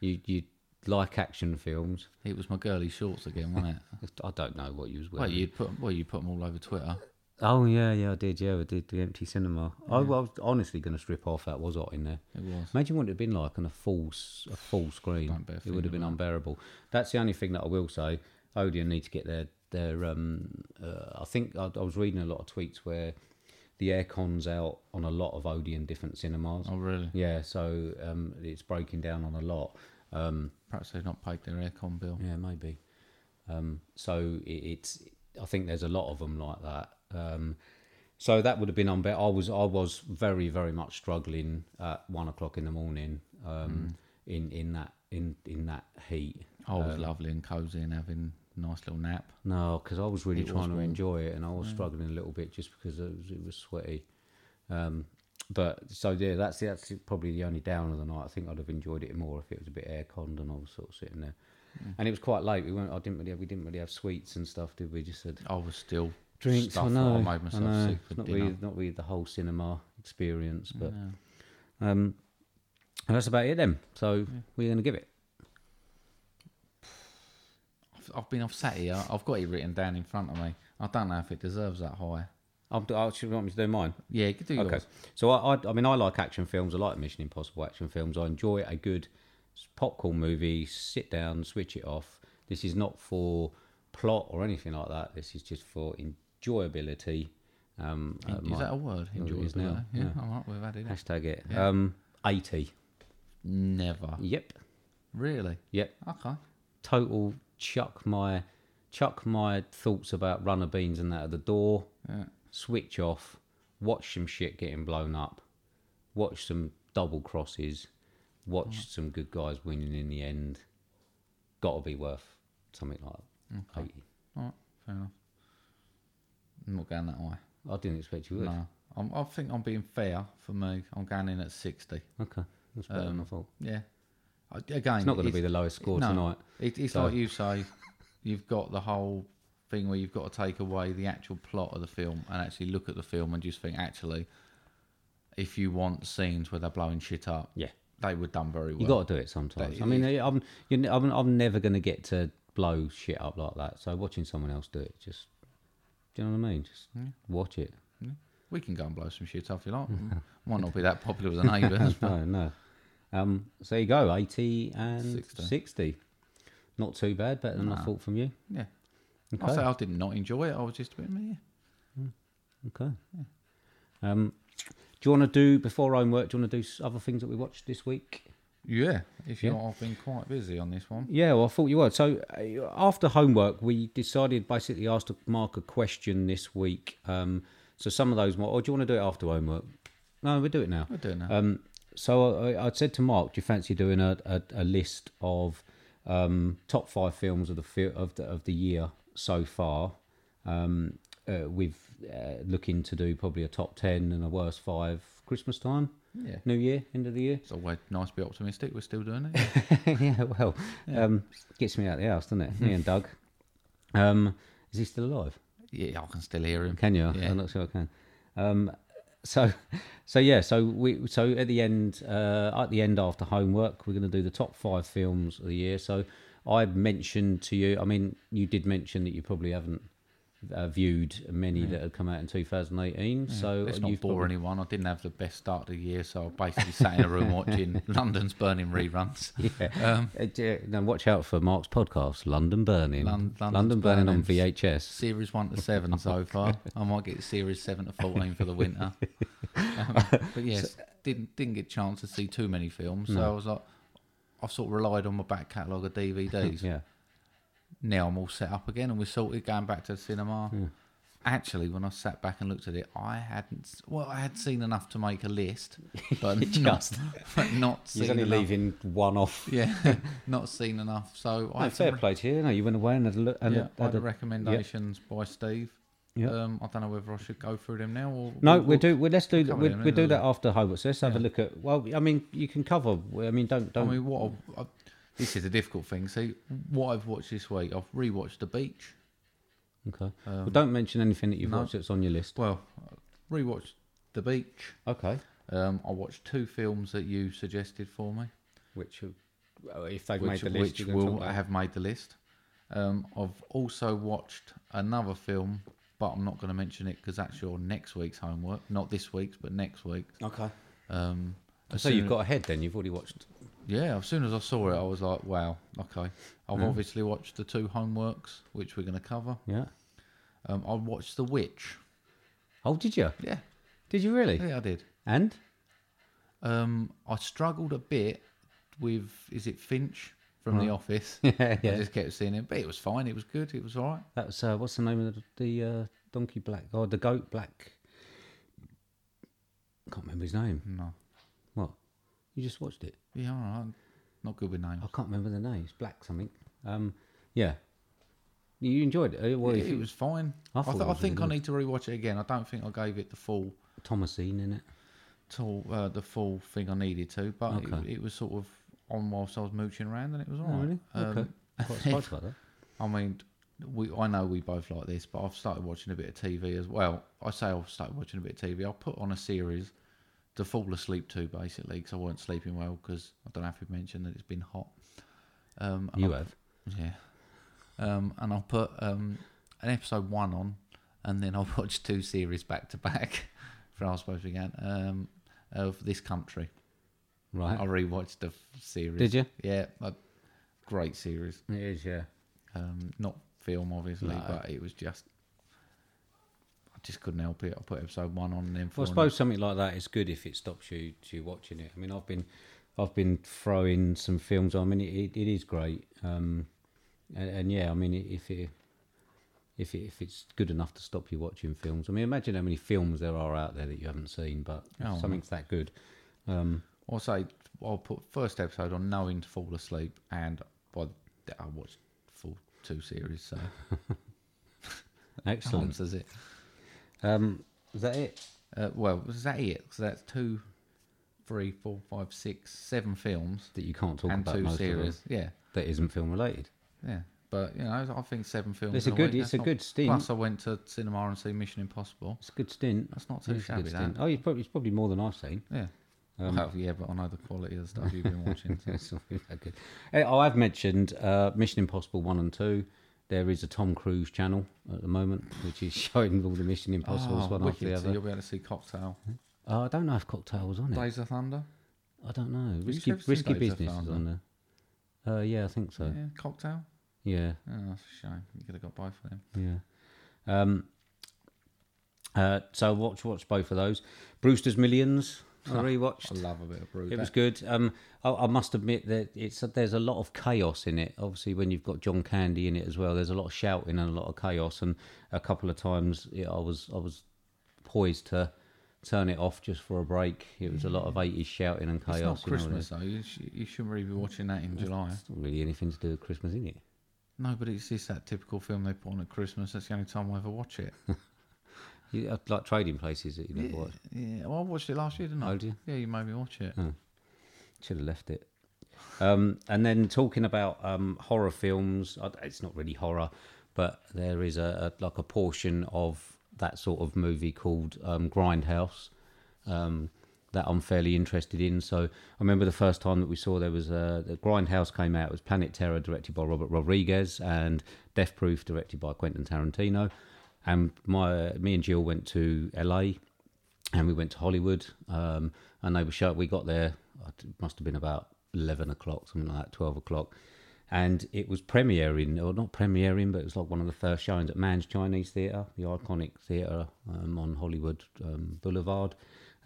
B: you, you you like action films,
A: it was my girly shorts again,
B: <laughs>
A: wasn't it?
B: I don't know what you was
A: well,
B: wearing.
A: you'd put well, you put them all over Twitter.
B: Oh yeah, yeah, I did. Yeah, I did the empty cinema. I, I was honestly going to strip off. That was hot in there.
A: It was.
B: Imagine what it'd been like on a full s- a full screen.
A: Don't bear
B: It would have been
A: thinking
B: unbearable. That's the only thing that I will say. Odeon need to get their their. Um, uh, I think I, I was reading a lot of tweets where the aircon's out on a lot of Odeon different cinemas.
A: Oh really?
B: Yeah, so um, it's breaking down on a lot. Um,
A: Perhaps they've not paid their aircon bill.
B: yeah, maybe. Um, so it, it's. I think there's a lot of them like that. Um, so that would have been unbearable. I was I was very very much struggling at one o'clock in the morning. Um, In in that in in that heat.
A: Oh, it was lovely and cozy and having a nice little nap.
B: No, because I was really
A: It was
B: trying to
A: warm.
B: enjoy it, and I was struggling a little bit just because it was, it was sweaty. Um, but so yeah, that's that's probably the only down of the night. I think I'd have enjoyed it more if it was a bit air conned and I was sort of sitting there. And it was quite late. We weren't. I didn't really. Have, we didn't really have sweets and stuff, did we? Just had
A: I was still
B: drinks.
A: Stuff
B: I
A: that
B: know.
A: I made myself
B: I know.
A: sick for
B: it's not
A: dinner.
B: really, not really the whole cinema experience, but um, and that's about it then. So we're going to give it.
A: I've, I've been. I've sat here. I've got it written down in front of me. I don't know if it deserves that high.
B: I'll do, I'll, do you want me to do mine?
A: Yeah, you could do yours.
B: Okay. So I, I, I mean, I like action films. I like Mission Impossible action films. I enjoy a good popcorn movie. Sit down, switch it off. This is not for plot or anything like that. This is just for enjoyability. Um, uh,
A: Is
B: my-
A: that a word?
B: No, it
A: Enjoy
B: is now,
A: Yeah,
B: yeah.
A: all right, we've added it.
B: hashtag it?
A: Yeah.
B: Um, Eighty.
A: Never.
B: Yep.
A: Really?
B: Yep.
A: Okay.
B: Total chuck my chuck my thoughts about runner beans and that at the door.
A: Yeah.
B: switch off, watch some shit getting blown up, watch some double crosses, watch some good guys winning in the end. Gotta be worth something like eighty.
A: All right, fair enough. I'm not going that way.
B: I didn't expect you would.
A: No. I'm, I think I'm being fair for me. I'm going in at 60.
B: Okay, that's better
A: Um,
B: than I thought.
A: Yeah. I- Again,
B: It's not going to be the lowest score
A: no.
B: tonight.
A: It, it's
B: So-
A: like you say, you've got the whole thing where you've got to take away the actual plot of the film and actually look at the film and just think, actually, if you want scenes where they're blowing shit up,
B: Yeah.
A: they were done very well.
B: You got to do it sometimes. I mean, eh, I'm, you know, I'm I'm never going to get to blow shit up like that. So watching someone else do it, just do you know what I mean? Just watch it.
A: we can go and blow some shit up if you
B: <laughs>
A: like. Might not be that popular with the neighbours. but
B: no, no. Um, so you go, 80 and 60.
A: 60.
B: Not too bad, better than I thought from you.
A: yeah.
B: Okay.
A: I say I did not enjoy it. I was just a bit, meh.
B: okay. Um, do you want to do, before own work, do you want to do s- other things that we watched this week?
A: Yeah, if you
B: Yeah.
A: I've been quite busy on this one.
B: Yeah, well, I thought you would. So uh, after homework, we decided basically asked to mark a question this week. Um, so some of those, more, or do you want to do it after homework? No, we'll do it now.
A: We're doing that.
B: Um, so I, I said to Mark, "Do you fancy doing a, a, a list of um, top five films of the fi- of the of the year so far?" Um, uh, with uh, looking to do probably a top ten and a worst five Christmas time,
A: yeah.
B: New Year, end of the year.
A: It's always nice to be optimistic. We're still doing
B: <laughs>
A: it.
B: yeah, well, Um, gets me out of the house,
A: <laughs>
B: doesn't it? me and Doug. Um, is he still alive?
A: yeah, I can still hear him.
B: Can you?
A: Yeah.
B: I'm not sure I can. Um, so, so yeah. So we. So at the end, uh, at the end after homework, we're going to do the top five films of the year. So I mentioned to you. I mean, you did mention that you probably haven't uh, viewed many that had come out in 2018. So
A: Let's not
B: you've
A: bore
B: probably-
A: anyone. I didn't have the best start of the year, so I basically sat in a
B: <laughs>
A: room watching London's Burning reruns.
B: Yeah.
A: Um,
B: Uh, d- then watch out for Mark's podcast, London Burning.
A: Lon- London's
B: London Burning on
A: Burning.
B: VHS.
A: Series 1 to 7 so far. I might get series 7 to 14 for the
B: <laughs>
A: winter. Um, but yes, didn't didn't get a chance to see too many films, so I was like, I sort of relied on my back catalogue of DVDs.
B: <laughs> Yeah.
A: Now I'm all set up again and we're sorted going back to the cinema. Actually, when I sat back and looked at it, I hadn't. s- Well, I had seen enough to make a
B: <laughs>
A: list, but not, but not seen
B: He's only
A: enough
B: leaving one off. <laughs>
A: yeah, not seen enough. So I
B: No,
A: had
B: fair
A: some-
B: play to you. No, you went away and had a look. And
A: yeah, I had
B: had a-
A: recommendations by Steve.
B: Yeah.
A: Um, I don't know whether I should go through them now or
B: No,
A: or-
B: we do. We, let's do.
A: cover
B: We
A: them
B: we
A: in
B: do
A: a
B: that after homework. So let's have a
A: Yeah.
B: look at. Well, I mean, you can cover. I mean, don't
A: I
B: don't.
A: mean, what? I, I, this is a difficult thing. See, what I've watched this week, I've rewatched The Beach.
B: okay. well, don't mention anything that you've
A: um, no.
B: watched that's on your list.
A: Well, I rewatched The Beach.
B: Okay.
A: Um, I watched two films that you suggested for me,
B: Which, uh, if they've
A: which, which will have made the list. Um, I've also watched another film, but I'm not going to mention it because that's your next week's homework, not this week's, but next week's.
B: Okay.
A: Um, as
B: So you've
A: soon-
B: got ahead then. You've already watched.
A: yeah. As soon as I saw it, I was like, "Wow, okay."
B: Hmm.
A: I've obviously watched the two homeworks, which we're going to cover.
B: Yeah.
A: Um, I watched The Witch.
B: Oh, did you?
A: Yeah,
B: Did you really?
A: yeah, I did.
B: And
A: Um, I struggled a bit with is it Finch from The Office?
B: <laughs> Yeah, yeah.
A: I just kept seeing it, but it was fine. It was good. It was all right.
B: that was uh, what's the name of the, the uh, donkey black or the goat black? Can't remember his name.
A: No,
B: What? You just watched it.
A: yeah, all right. Not good with names.
B: I can't remember the name. It's black something. Um, yeah. You enjoyed it. Uh, Well,
A: It,
B: if you-
A: it was fine.
B: I
A: I,
B: thought
A: th-
B: it
A: I
B: was
A: think I
B: really
A: need to rewatch it again. I don't think I gave it the full
B: Thomasine in it.
A: till uh, the full thing I needed to, but
B: Okay.
A: it, it was sort of on whilst I was mooching around, and it was all
B: Oh,
A: right.
B: really?
A: Um, <laughs>
B: okay. Quite surprised by that.
A: I mean, we I know we both like this, but I've started watching a bit of TV as well. I say I've started watching a bit of TV. I put on a series to fall asleep to, basically, because I weren't sleeping well. Because I don't know if you mentioned that it's been hot. Um, <laughs> and
B: You
A: I-
B: have.
A: yeah. Um, and I'll put um, an episode one on, and then I <laughs> watched two series back to back <laughs> for I suppose began um, of this country.
B: Right.
A: I rewatched the f- series.
B: Did you?
A: Yeah, a great series.
B: It is, yeah.
A: Um, not film, obviously,
B: No.
A: but it was just. I just couldn't help it. I put episode one on, and then four.
B: Well, I
A: and-
B: suppose something like that is good if it stops you to watching it. I mean, I've been, I've been throwing some films. on. I mean, it, it is great, um, and, and yeah, I mean, if it, if it, if it's good enough to stop you watching films, I mean, imagine how many films there are out there that you haven't seen, but if
A: Oh.
B: something's that good. Um,
A: I'll say I'll put first episode on, knowing to fall asleep, and by the, I watched full two series, so that
B: excellent.
A: answers it.
B: Um, is that it?
A: Uh, well, is that it? So that's two, three, four, five, six, seven films
B: That you can't talk
A: and
B: about
A: two
B: most of them
A: series. Yeah,
B: that isn't film related.
A: yeah. But you know, I think seven films.
B: It's
A: in
B: a good-
A: week,
B: it's
A: that's
B: a
A: not-
B: good stint.
A: Plus, I went to cinema and see Mission Impossible.
B: It's a good stint.
A: That's not too
B: It's a
A: shabby.
B: good stint.
A: That.
B: Oh, it's probably, it's probably more than I've seen. <laughs>
A: Yeah.
B: Um,
A: well, yeah, but I know the quality of the stuff you've been watching.
B: <laughs>
A: so-
B: It's not really that good. Eh, oh, I've mentioned uh, Mission Impossible 1 and 2. There is a Tom Cruise channel at the moment, which is <laughs> showing all the Mission Impossibles
A: Oh,
B: one after
A: wicked.
B: the
A: So
B: other.
A: you'll be able to see Cocktail,
B: Oh, I don't know if Cocktail was on it.
A: Days of Thunder.
B: I don't know.
A: you
B: Risky,
A: ever seen
B: risky
A: Days of
B: Business is on there. Uh, yeah, I think so.
A: Yeah, Cocktail.
B: Yeah,
A: Oh, that's a shame. You could have got both of them.
B: yeah. Um, uh, so watch watch both of those. Brewster's Millions, I rewatched.
A: I love a bit of Bruce.
B: It was good. Um, I, I must admit that it's there's a lot of chaos in it. Obviously, when you've got John Candy in it as well, there's a lot of shouting and a lot of chaos. And a couple of times, yeah, I was I was poised to turn it off just for a break. It was a lot of 80s shouting and
A: It's
B: chaos.
A: not
B: you know,
A: Christmas though. You, sh- you shouldn't really be watching that in July.
B: It's not really anything to do with Christmas, is it?
A: No, but it's just that typical film they put on at Christmas. That's the only time I ever watch
B: <laughs>
A: it.
B: You, uh, like trading places that you never watch.
A: yeah, well, I watched it last year, didn't I?
B: Oh, did you? Oh.
A: Yeah, you made me watch it.
B: Should have left it. Um, and then talking about um, horror films, I- it's not really horror, but there is a, a like a portion of that sort of movie called um, Grindhouse um, that I'm fairly interested in. So I remember the first time that we saw there was a, the Grindhouse came out. It was Planet Terror, directed by Robert Rodriguez, and Death Proof, directed by Quentin Tarantino. And my me and Jill went to LA and we went to Hollywood, um, and they were shut. We got there, it must have been about eleven o'clock, something like that, twelve o'clock, and it was premiering, or not premiering, but it was like one of the first showings at Man's Chinese Theatre, the iconic theatre um, on Hollywood um, Boulevard,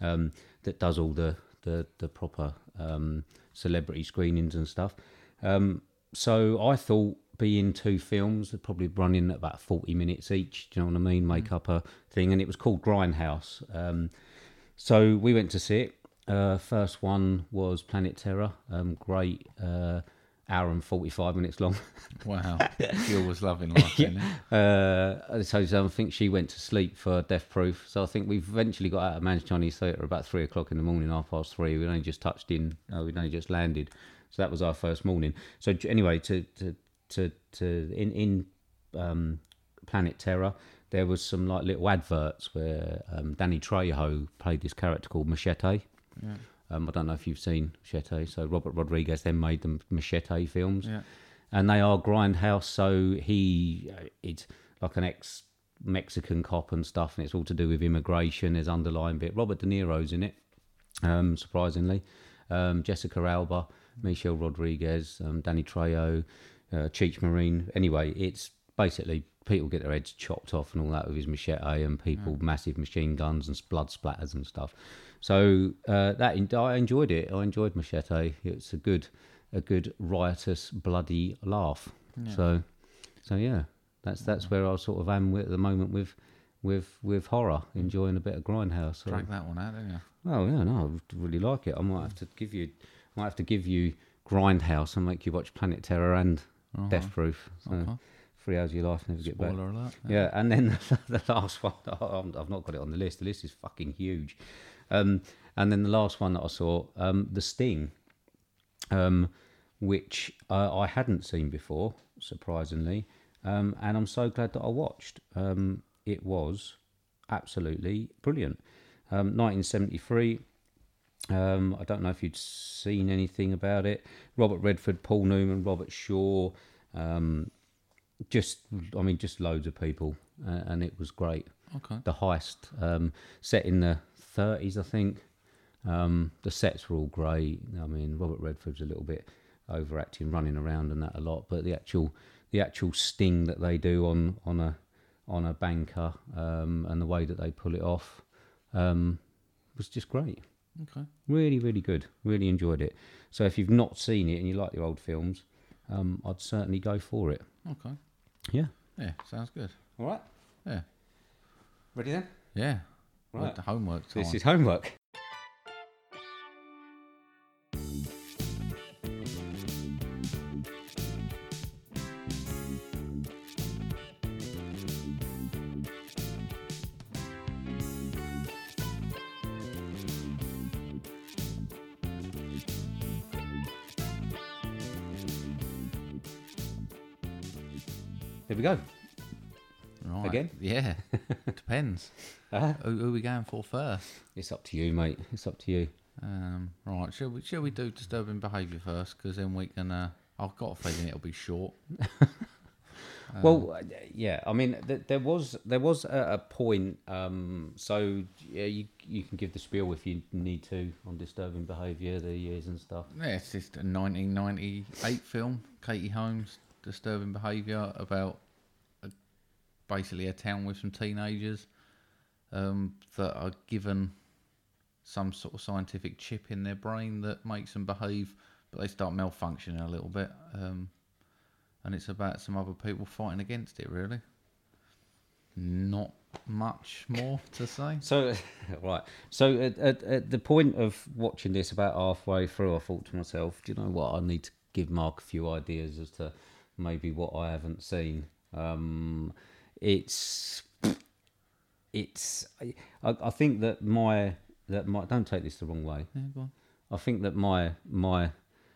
B: um, that does all the the, the proper um, celebrity screenings and stuff. Um, so I thought being two films, they'd probably run in at about 40 minutes each. Do you know what I mean? Make up a thing. And it was called Grindhouse. Um, so we went to see it. Uh, first one was Planet Terror. Um, great uh, hour and 45 minutes long. <laughs>
A: Wow, Jill was loving life. wasn't it?
B: Uh, so I think she went to sleep for death proof. So I think we eventually got out of Man's Chinese Theatre about three o'clock in the morning, half past three. We'd only just touched in, uh, we'd only just landed. So that was our first morning. So j- anyway, to to to, to in in um, Planet Terror, there was some like little adverts where um, Danny Trejo played this character called Machete. Um, I don't know if you've seen Machete. So Robert Rodriguez then made the Machete films
A: Yeah.
B: and they are grindhouse. So he, uh, it's like an ex Mexican cop and stuff, and it's all to do with immigration. There's underlying bit. Robert De Niro's in it, um, surprisingly. Um, Jessica Alba, Michelle Rodriguez, um, Danny Trejo, uh, Cheech Marine. Anyway, it's basically people get their heads chopped off and all that with his machete, and people massive machine guns and blood splatters and stuff. So uh, that I enjoyed it. I enjoyed Machete. It's a good, a good riotous bloody laugh. So, so yeah, that's that's where I sort of am with, at the moment with, with with horror, enjoying a bit of grindhouse. So-
A: Drag that one out, didn't you?
B: Oh yeah, no, I really like it. I might have to give you, might have to give you Grindhouse and make you watch Planet Terror and Death Proof. So three hours of your life never get back.
A: Spoiler alert.
B: Yeah, and then <laughs> the last one, I've not got it on the list. The list is fucking huge. Um, and then the last one that I saw, um, The Sting, um, which uh, I hadn't seen before, surprisingly, um, and I'm so glad that I watched. Um, it was absolutely brilliant. Um, 1973. Um, I don't know if you'd seen anything about it. Robert Redford, Paul Newman, Robert Shaw, um, just I mean, just loads of people. uh, and it was great.
A: Okay.
B: The heist um, set in the 30s, I think. Um, the sets were all great. I mean, Robert Redford's a little bit overacting, running around and that a lot, but the actual the actual sting that they do on on a on a banker um, and the way that they pull it off um, was just great.
A: Okay.
B: Really, really good. Really enjoyed it. So if you've not seen it and you like your old films, um, I'd certainly go for it.
A: Okay.
B: Yeah.
A: Yeah. Sounds good.
B: All right.
A: Yeah.
B: Ready then?
A: Yeah.
B: Right.
A: The homework time.
B: This is homework. There we go.
A: right.
B: again? <laughs>
A: Yeah. Depends.
B: Uh-huh.
A: Who, who are we going for first?
B: It's up to you, mate. It's up to you.
A: Um, right. Shall we? Shall we do disturbing behaviour first? Because then we can. Uh, I've got a feeling it'll be short.
B: Well, uh, yeah. I mean, th- there was there was a, a point. Um, so yeah, you you can give the spiel if you need to on disturbing behaviour, the years and stuff.
A: Yeah, it's just a 1998 film, Katie Holmes, Disturbing Behaviour, about a, basically a town with some teenagers um, that are given some sort of scientific chip in their brain that makes them behave, but they start malfunctioning a little bit. Um, and it's about some other people fighting against it, really. Not much more to say.
B: So <laughs> right. So at, at, at the point of watching this, about halfway through, I thought to myself, do you know what? I need to give Mark a few ideas as to maybe what I haven't seen. Um, it's <sniffs> it's. I, I I think that my that my don't take this the wrong way.
A: Yeah, go on.
B: I think that my my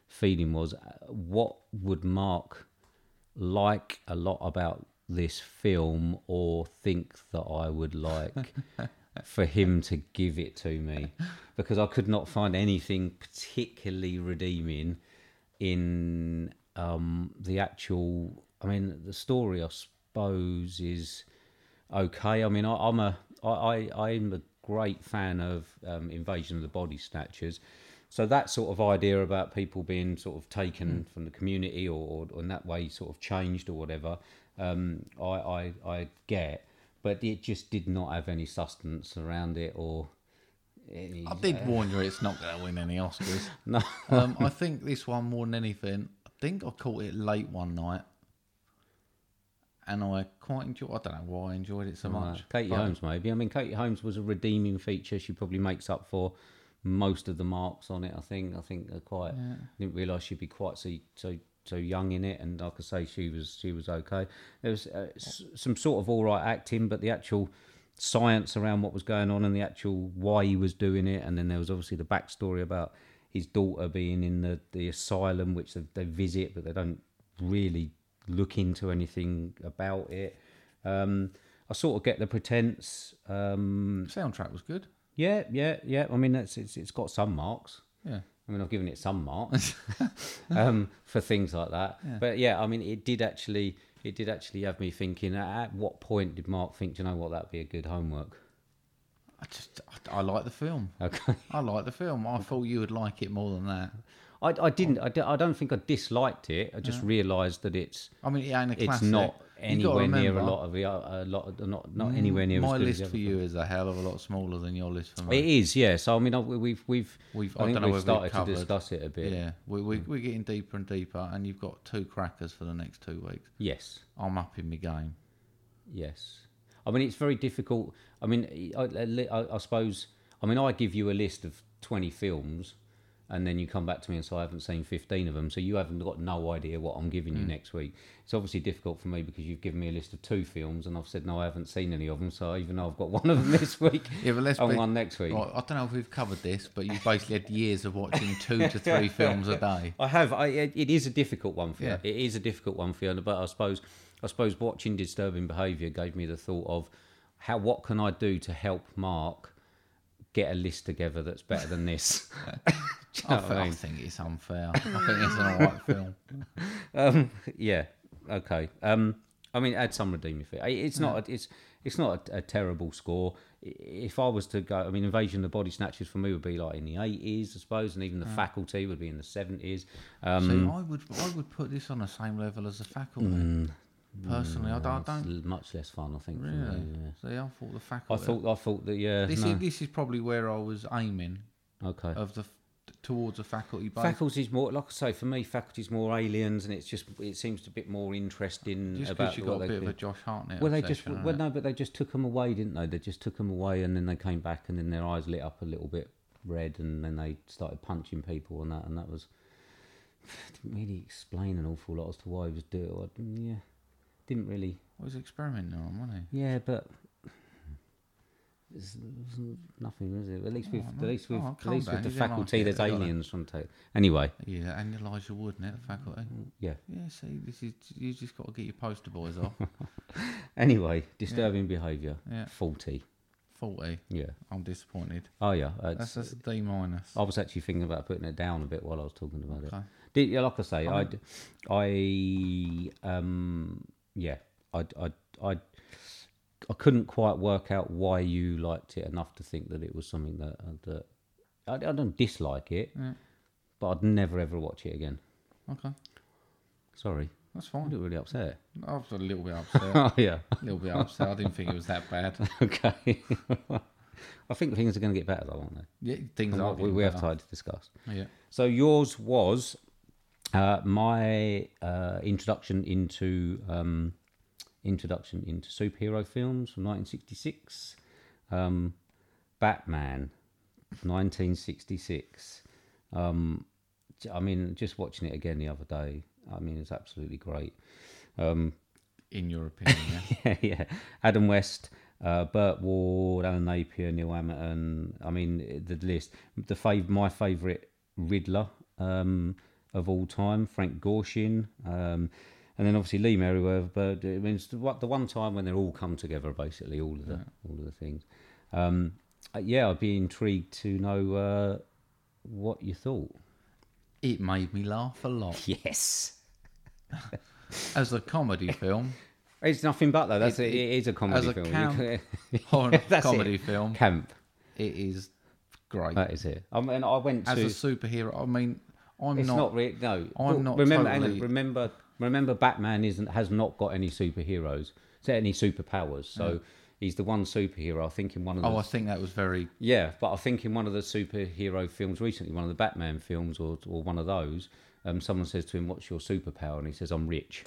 B: feeling was, uh, what would Mark like a lot about this film, or think that I would like for him to give it to me? Because I could not find anything particularly redeeming in um, the actual. I mean, the story, I suppose, is okay. I mean, I, I'm a I, I I'm a great fan of um, Invasion of the Body Snatchers. So that sort of idea about people being sort of taken from the community or, or in that way sort of changed or whatever, um, I, I I get, but it just did not have any sustenance around it or any.
A: I did warn you it's not going to win any Oscars.
B: <laughs> No.
A: um, I think this one more than anything. I think I caught it late one night, and I quite enjoyed. I don't know why I enjoyed it so
B: Right.
A: much.
B: Katie
A: but-
B: Holmes, maybe. I mean, Katie Holmes was a redeeming feature. She probably makes up for most of the marks on it. I think. I think they're quite. Didn't realise she'd be quite so so so young in it. And like I say, she was she was okay. There was uh, s- some sort of all right acting, but the actual science around what was going on and the actual why he was doing it, and then there was obviously the backstory about his daughter being in the the asylum, which they, they visit, but they don't really look into anything about it. Um, I sort of get the pretense. Um,
A: Soundtrack was good.
B: yeah, yeah, yeah. I mean, that's it's, it's got some marks.
A: Yeah.
B: I mean, I've given it some
A: <laughs>
B: marks um, for things like that. But yeah, I mean, it did actually it did actually have me thinking. At what point did Mark think, Do you know what, that'd be a good homework? <laughs>
A: I just I, I like the film.
B: Okay.
A: I like the film. I thought you would like it more than that.
B: I, I didn't. I, d- I don't think I disliked it. I just realised that it's
A: I mean, it ain't a
B: it's
A: classic.
B: not
A: You gotta
B: anywhere near a
A: remember, Mm.
B: lot of the a lot of, not not anywhere near
A: My
B: as good as
A: list
B: the other
A: for you is a hell of a lot smaller than your list for me.
B: It is, yeah. So I mean, I- we've we've
A: We've- I
B: I think
A: don't know
B: we've
A: whether
B: started
A: we've
B: to
A: covered-
B: discuss it Hmm. a bit.
A: Yeah, we, we, we're getting deeper and deeper, and you've got two crackers for the next two weeks.
B: Yes,
A: I'm up in my game.
B: yes. I mean, it's very difficult. I mean, I, I- I- I suppose. I mean, I give you a list of twenty films, and then you come back to me and say I haven't seen fifteen of them. So you haven't got no idea what I'm giving
A: Mm.
B: you next week. It's obviously difficult for me because you've given me a list of two films, and I've said no, I haven't seen any of them. So even though I've got <laughs> one of them this week
A: Yeah, but let's
B: and
A: be-
B: one next week,
A: Right, I don't know if we've covered this, but you basically had years of watching two to
B: <laughs>
A: three films a day.
B: I have. I it it is a difficult one for
A: Yeah.
B: you. It is a difficult one for you. But I suppose, I suppose watching disturbing behaviour gave me the thought of how what can I do to help Mark get a list together that's better
A: <laughs>
B: than this. <laughs> Do
A: I,
B: you know what
A: thi- I
B: I mean?
A: think it's
B: <laughs>
A: unfair. I think it's an alright film.
B: Um, yeah. Okay. Um, I mean, it had some redeeming feature. It's not. It's it's not a, a terrible score. I- If I was to go, I mean, Invasion of the Body Snatchers for me would be like in the eighties, I suppose, and even the Faculty would be in the seventies. Um,
A: See, I would I would put this on the same level as the faculty.
B: Mm.
A: Personally, I don't. I
B: it's
A: don't
B: l- much less fun, I think. for me,
A: really.
B: Mm. yeah.
A: See, I thought the
B: I
A: faculty.
B: thought I thought that yeah.
A: this
B: no.
A: is this is probably where I was aiming
B: okay.
A: of the f- towards the faculty. Both.
B: Faculty's more like I say for me. Faculty's more aliens, and it's just it seems a bit more interesting
A: just
B: about
A: because you
B: what
A: got a
B: they
A: bit of
B: do.
A: a Josh Hartnett.
B: Well, they just
A: obsession,
B: well
A: innit?
B: no, but they just took them away, didn't they? They just took them away, and then they came back, and then their eyes lit up a little bit red, and then they started punching people, and that and that was <sighs> didn't really explain an awful lot as to why he was doing. it. I- Yeah, didn't really.
A: Well, he's experimenting on, wasn't he?
B: Yeah, but there's, there's nothing, is it? At least with
A: Oh,
B: at
A: no.
B: least with
A: Oh,
B: at
A: calm
B: least
A: down.
B: with the
A: You don't like
B: faculty,
A: it.
B: there's
A: You gotta-
B: aliens from ta Anyway,
A: Yeah, and Elijah Wood, innit, the faculty.
B: yeah.
A: Yeah, see, this is you just got to get your poster boys
B: <laughs>
A: off.
B: Anyway, disturbing behaviour.
A: Yeah.
B: Forty.
A: Forty.
B: Yeah.
A: I'm disappointed.
B: Oh yeah. it's-
A: That's that's a D minus.
B: I was actually thinking about putting it down a bit while I was talking about it.
A: Okay.
B: Did, Oh, yeah, like I say, I, d- I, um, yeah, I, I, I, I couldn't quite work out why you liked it enough to think that it was something that uh, that I, I don't dislike it, but I'd never ever watch it again.
A: Okay,
B: Sorry,
A: that's
B: I
A: fine.
B: got really upset.
A: I was a little bit upset.
B: <laughs> oh yeah, <laughs>
A: A little bit upset. I didn't think it was that bad.
B: okay. <laughs> I think things are going to get better though, aren't they?
A: Yeah, things
B: And
A: are.
B: what we,
A: getting
B: we have
A: better.
B: time to discuss.
A: Yeah.
B: So yours was uh, my uh, introduction into um, introduction into superhero films from 1966, um, Batman, 1966. Um, j- I mean, just watching it again the other day. I mean, it's absolutely great. Um,
A: In your opinion,
B: <laughs>
A: yeah.
B: yeah, yeah. Adam West, uh, Burt Ward, Alan Napier, Neil Hamilton. I mean, the list. The fav- my favourite Riddler um, of all time, Frank Gorshin. Um, and then obviously Lee Merriweather. But I mean, it's the, one- the one time when they're all come together, basically, all of the all of the things. Um, uh, yeah, I'd be intrigued to know uh, what
A: <laughs>
B: you thought.
A: it made me laugh a lot.
B: Yes.
A: As a
B: <laughs>
A: comedy film,
B: It's nothing but though. That's
A: It-
B: it, it is a comedy
A: as a
B: film. You
A: camp
B: can-
A: horror
B: That's it.
A: comedy film,
B: <laughs> camp.
A: it is great.
B: That is it. I mean, I went
A: As
B: to.
A: a superhero, I mean, I'm
B: It's
A: not.
B: not, really no.
A: I'm
B: But
A: not
B: Remember, hang on,
A: totally-
B: remember, remember. Batman isn't has not got any superheroes, so any superpowers. So he's the one superhero. I think in one of the
A: oh, I think that was very.
B: yeah, but I think in one of the superhero films recently, one of the Batman films or or one of those, um, someone says to him, "What's your superpower?" and he says, "I'm rich,"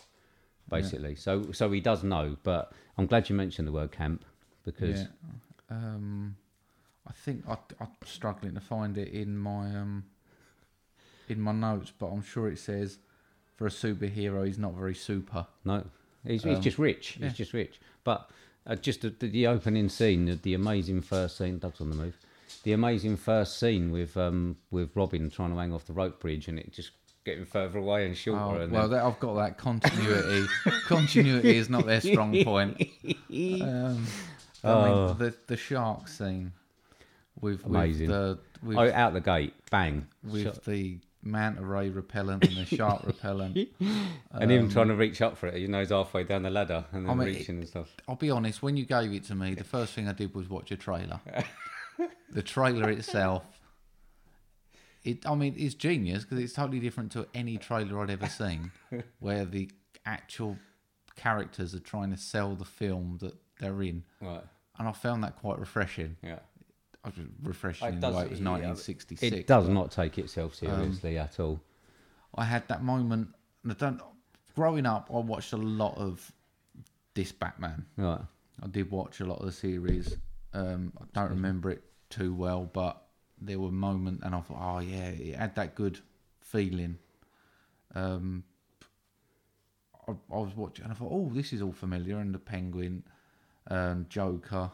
B: basically. So so he does know. But I'm glad you mentioned the word camp because
A: Yeah. Um, I think I, I'm struggling to find it in my um, in my notes, but I'm sure it says for a superhero, he's not very super.
B: No, he's,
A: Um,
B: he's just rich. He's just rich. But uh, just the, the, the opening scene, the, the amazing first scene. Doug's on the move. The amazing first scene with um with Robin trying to hang off the rope bridge and it just getting further away and shorter.
A: Oh,
B: and
A: well,
B: well,
A: that, I've got that continuity. <laughs> continuity is not their strong point. Um, I
B: Oh.
A: mean, the the shark scene with, with
B: Amazing.
A: the with,
B: oh, out the gate, bang,
A: with
B: Shot.
A: the manta ray repellent and the shark
B: <laughs>
A: repellent.
B: and him trying to reach up for it. You know, he's halfway down the ladder and then
A: um, I mean,
B: reaching and stuff.
A: I'll be honest. When you gave it to me, the first thing I did was watch a <laughs> trailer. the trailer itself. It, I mean, it's genius because it's totally different to any trailer I'd ever <laughs> seen, where the actual characters are trying to sell the film that they're in,
B: Right.
A: and I found that quite refreshing.
B: Yeah.
A: I was refreshing
B: It
A: in the
B: does-
A: way it was
B: yeah,
A: 1966.
B: It does not take itself
A: Um,
B: seriously at all.
A: I had that moment. And I don't. Growing up, I watched a lot of this Batman.
B: Right.
A: I did watch a lot of the series. Um, I don't remember it too well, but there were moments, and I thought, oh yeah, it had that good feeling. Um, I, I was watching, and I thought, oh, this is all familiar. And the Penguin, um, Joker.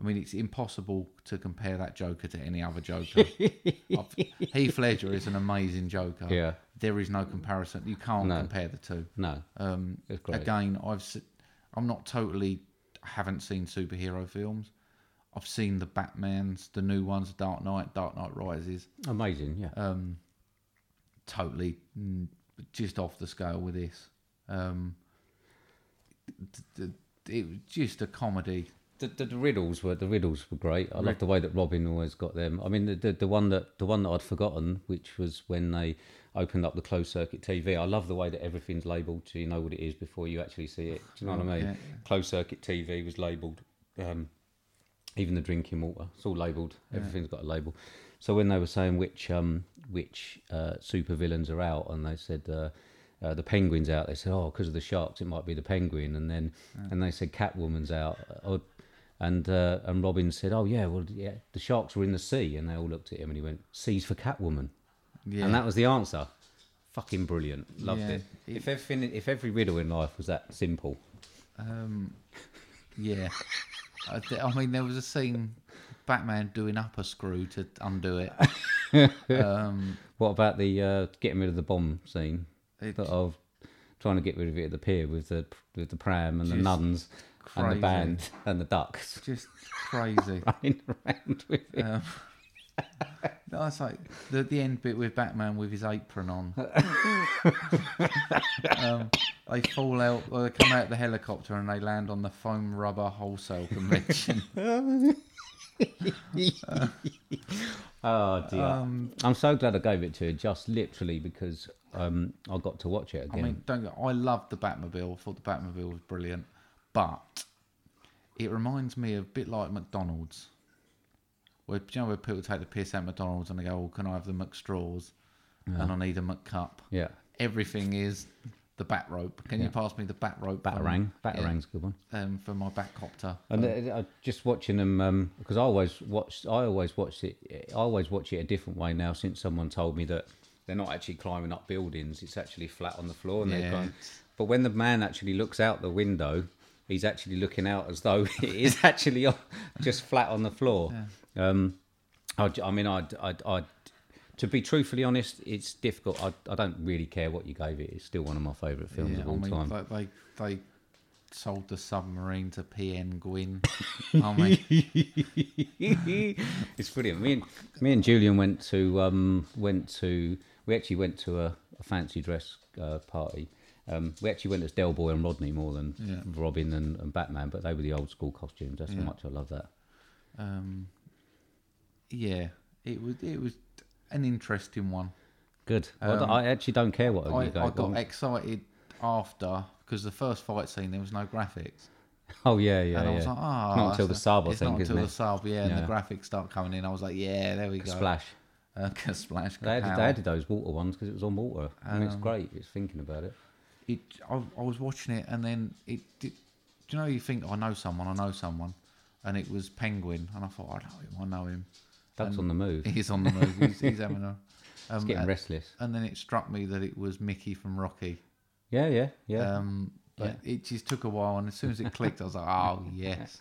A: I mean, it's impossible to compare that Joker to any other
B: <laughs>
A: Joker. I've- Heath Ledger is an amazing Joker.
B: Yeah.
A: there is no comparison. You can't
B: No.
A: compare the two.
B: No.
A: Um,
B: It's great.
A: Again, I've se- I'm not totally I haven't seen superhero films. I've seen the Batman's, the new ones, Dark Knight, Dark Knight Rises.
B: Amazing. Yeah.
A: Um, totally mm, just off the scale with this. Um, d- d- it was just a comedy.
B: The, the, the riddles were the riddles were great. I love the way that Robin always got them. I mean, the, the the one that the one that I'd forgotten, which was when they opened up the closed circuit TV. I love the way that everything's labelled, so you know what it is before you actually see it. Do you know what I mean?
A: Yeah.
B: Closed circuit TV was labelled. Um, even the drinking water, it's all labelled. Everything's got a label. So when they were saying which um which uh, super villains are out, and they said. Uh, uh, the penguin's out. They said, "Oh, because of the sharks, it might be the penguin." And then, and they said, "Catwoman's out." Or, and uh, and Robin said, "Oh yeah, well yeah, the sharks were in the sea," and they all looked at him and he went, "Seas for Catwoman,"
A: Yeah.
B: and that was the answer. Fucking brilliant, loved
A: Yeah.
B: it. If everything, if every riddle in life was that simple,
A: um, Yeah. I, th- I mean, there was a scene Batman doing up a screw to undo
B: <laughs>
A: it.
B: what about the uh, getting rid of the bomb scene?
A: It-
B: But of trying to get rid of it at the pier with the with the pram and the
A: Just
B: nuns and
A: crazy.
B: the band and the ducks <laughs>
A: Just crazy.
B: running around with it.
A: No, it's like the, the end bit with Batman with his apron on. um, they fall out, well, they come out the helicopter and they land on the foam rubber wholesale convention.
B: Oh dear!
A: Um,
B: I'm so glad I gave it to you, just literally because um, I got to watch it
A: I
B: again.
A: mean, don't get, I love the Batmobile. I thought the Batmobile was brilliant, but it reminds me a bit like McDonald's. Where do you know where people take the piss out McDonald's and they go, "Oh, can I have the McStraws?" And I need a McCup.
B: yeah,
A: Everything is the bat rope. Can you pass me the bat rope? from-
B: Batarang, Batarang's a good one.
A: um, for my back copter.
B: And uh, uh, just watching them because I always watched. I always watched it. I always watch it a different way now since someone told me that they're not actually climbing up buildings. It's actually flat on the floor. And
A: Yeah.
B: they're going, but when the man actually looks out the window, he's actually looking out as though <laughs> it is actually on- just flat on the floor. Um, I, j- I mean, I, I, I, to be truthfully honest, it's difficult. I, I don't really care what you gave it. It's still one of my favourite films
A: Yeah,
B: of
A: I
B: all
A: mean,
B: time.
A: like, they they sold the submarine to PN
B: <laughs>
A: Gwyn. I mean,
B: it's brilliant. Me and me and Julian went to um, went to we actually went to a, a fancy dress uh, party. Um, we actually went as Del Boy and Rodney more than
A: Yeah.
B: Robin and, and Batman, but they were the old school costumes. That's how much I love that.
A: um, yeah, it was it was an interesting one.
B: Good. I d- I, actually don't care what
A: Um, I,
B: you go.
A: I got
B: for.
A: excited after because the first fight scene there was no graphics,
B: oh yeah, yeah,
A: and
B: yeah.
A: I was like, ah,
B: not until the
A: so-
B: sub, I
A: it's
B: think,
A: not
B: isn't
A: until
B: it?
A: the sub, yeah, and
B: Yeah.
A: the graphics start coming in. I was like, yeah, there we go, <laughs>
B: Splash.
A: uh, splash.
B: They had,
A: kapow.
B: they had those water ones because it was on water. I
A: Um,
B: mean, it's great. It's thinking about it.
A: it I, I was watching it and then it did do you know you think "Oh, I know someone I know someone and it was Penguin and I thought I know him I know him <laughs>
B: Doug's on the move.
A: he's on the move he's, he's having
B: <laughs>
A: a um,
B: It's getting
A: and,
B: restless.
A: and then it struck me that it was Mickey from Rocky
B: Yeah, yeah, yeah.
A: um but it just took a while and as soon as it clicked I was like
B: <laughs>
A: oh yes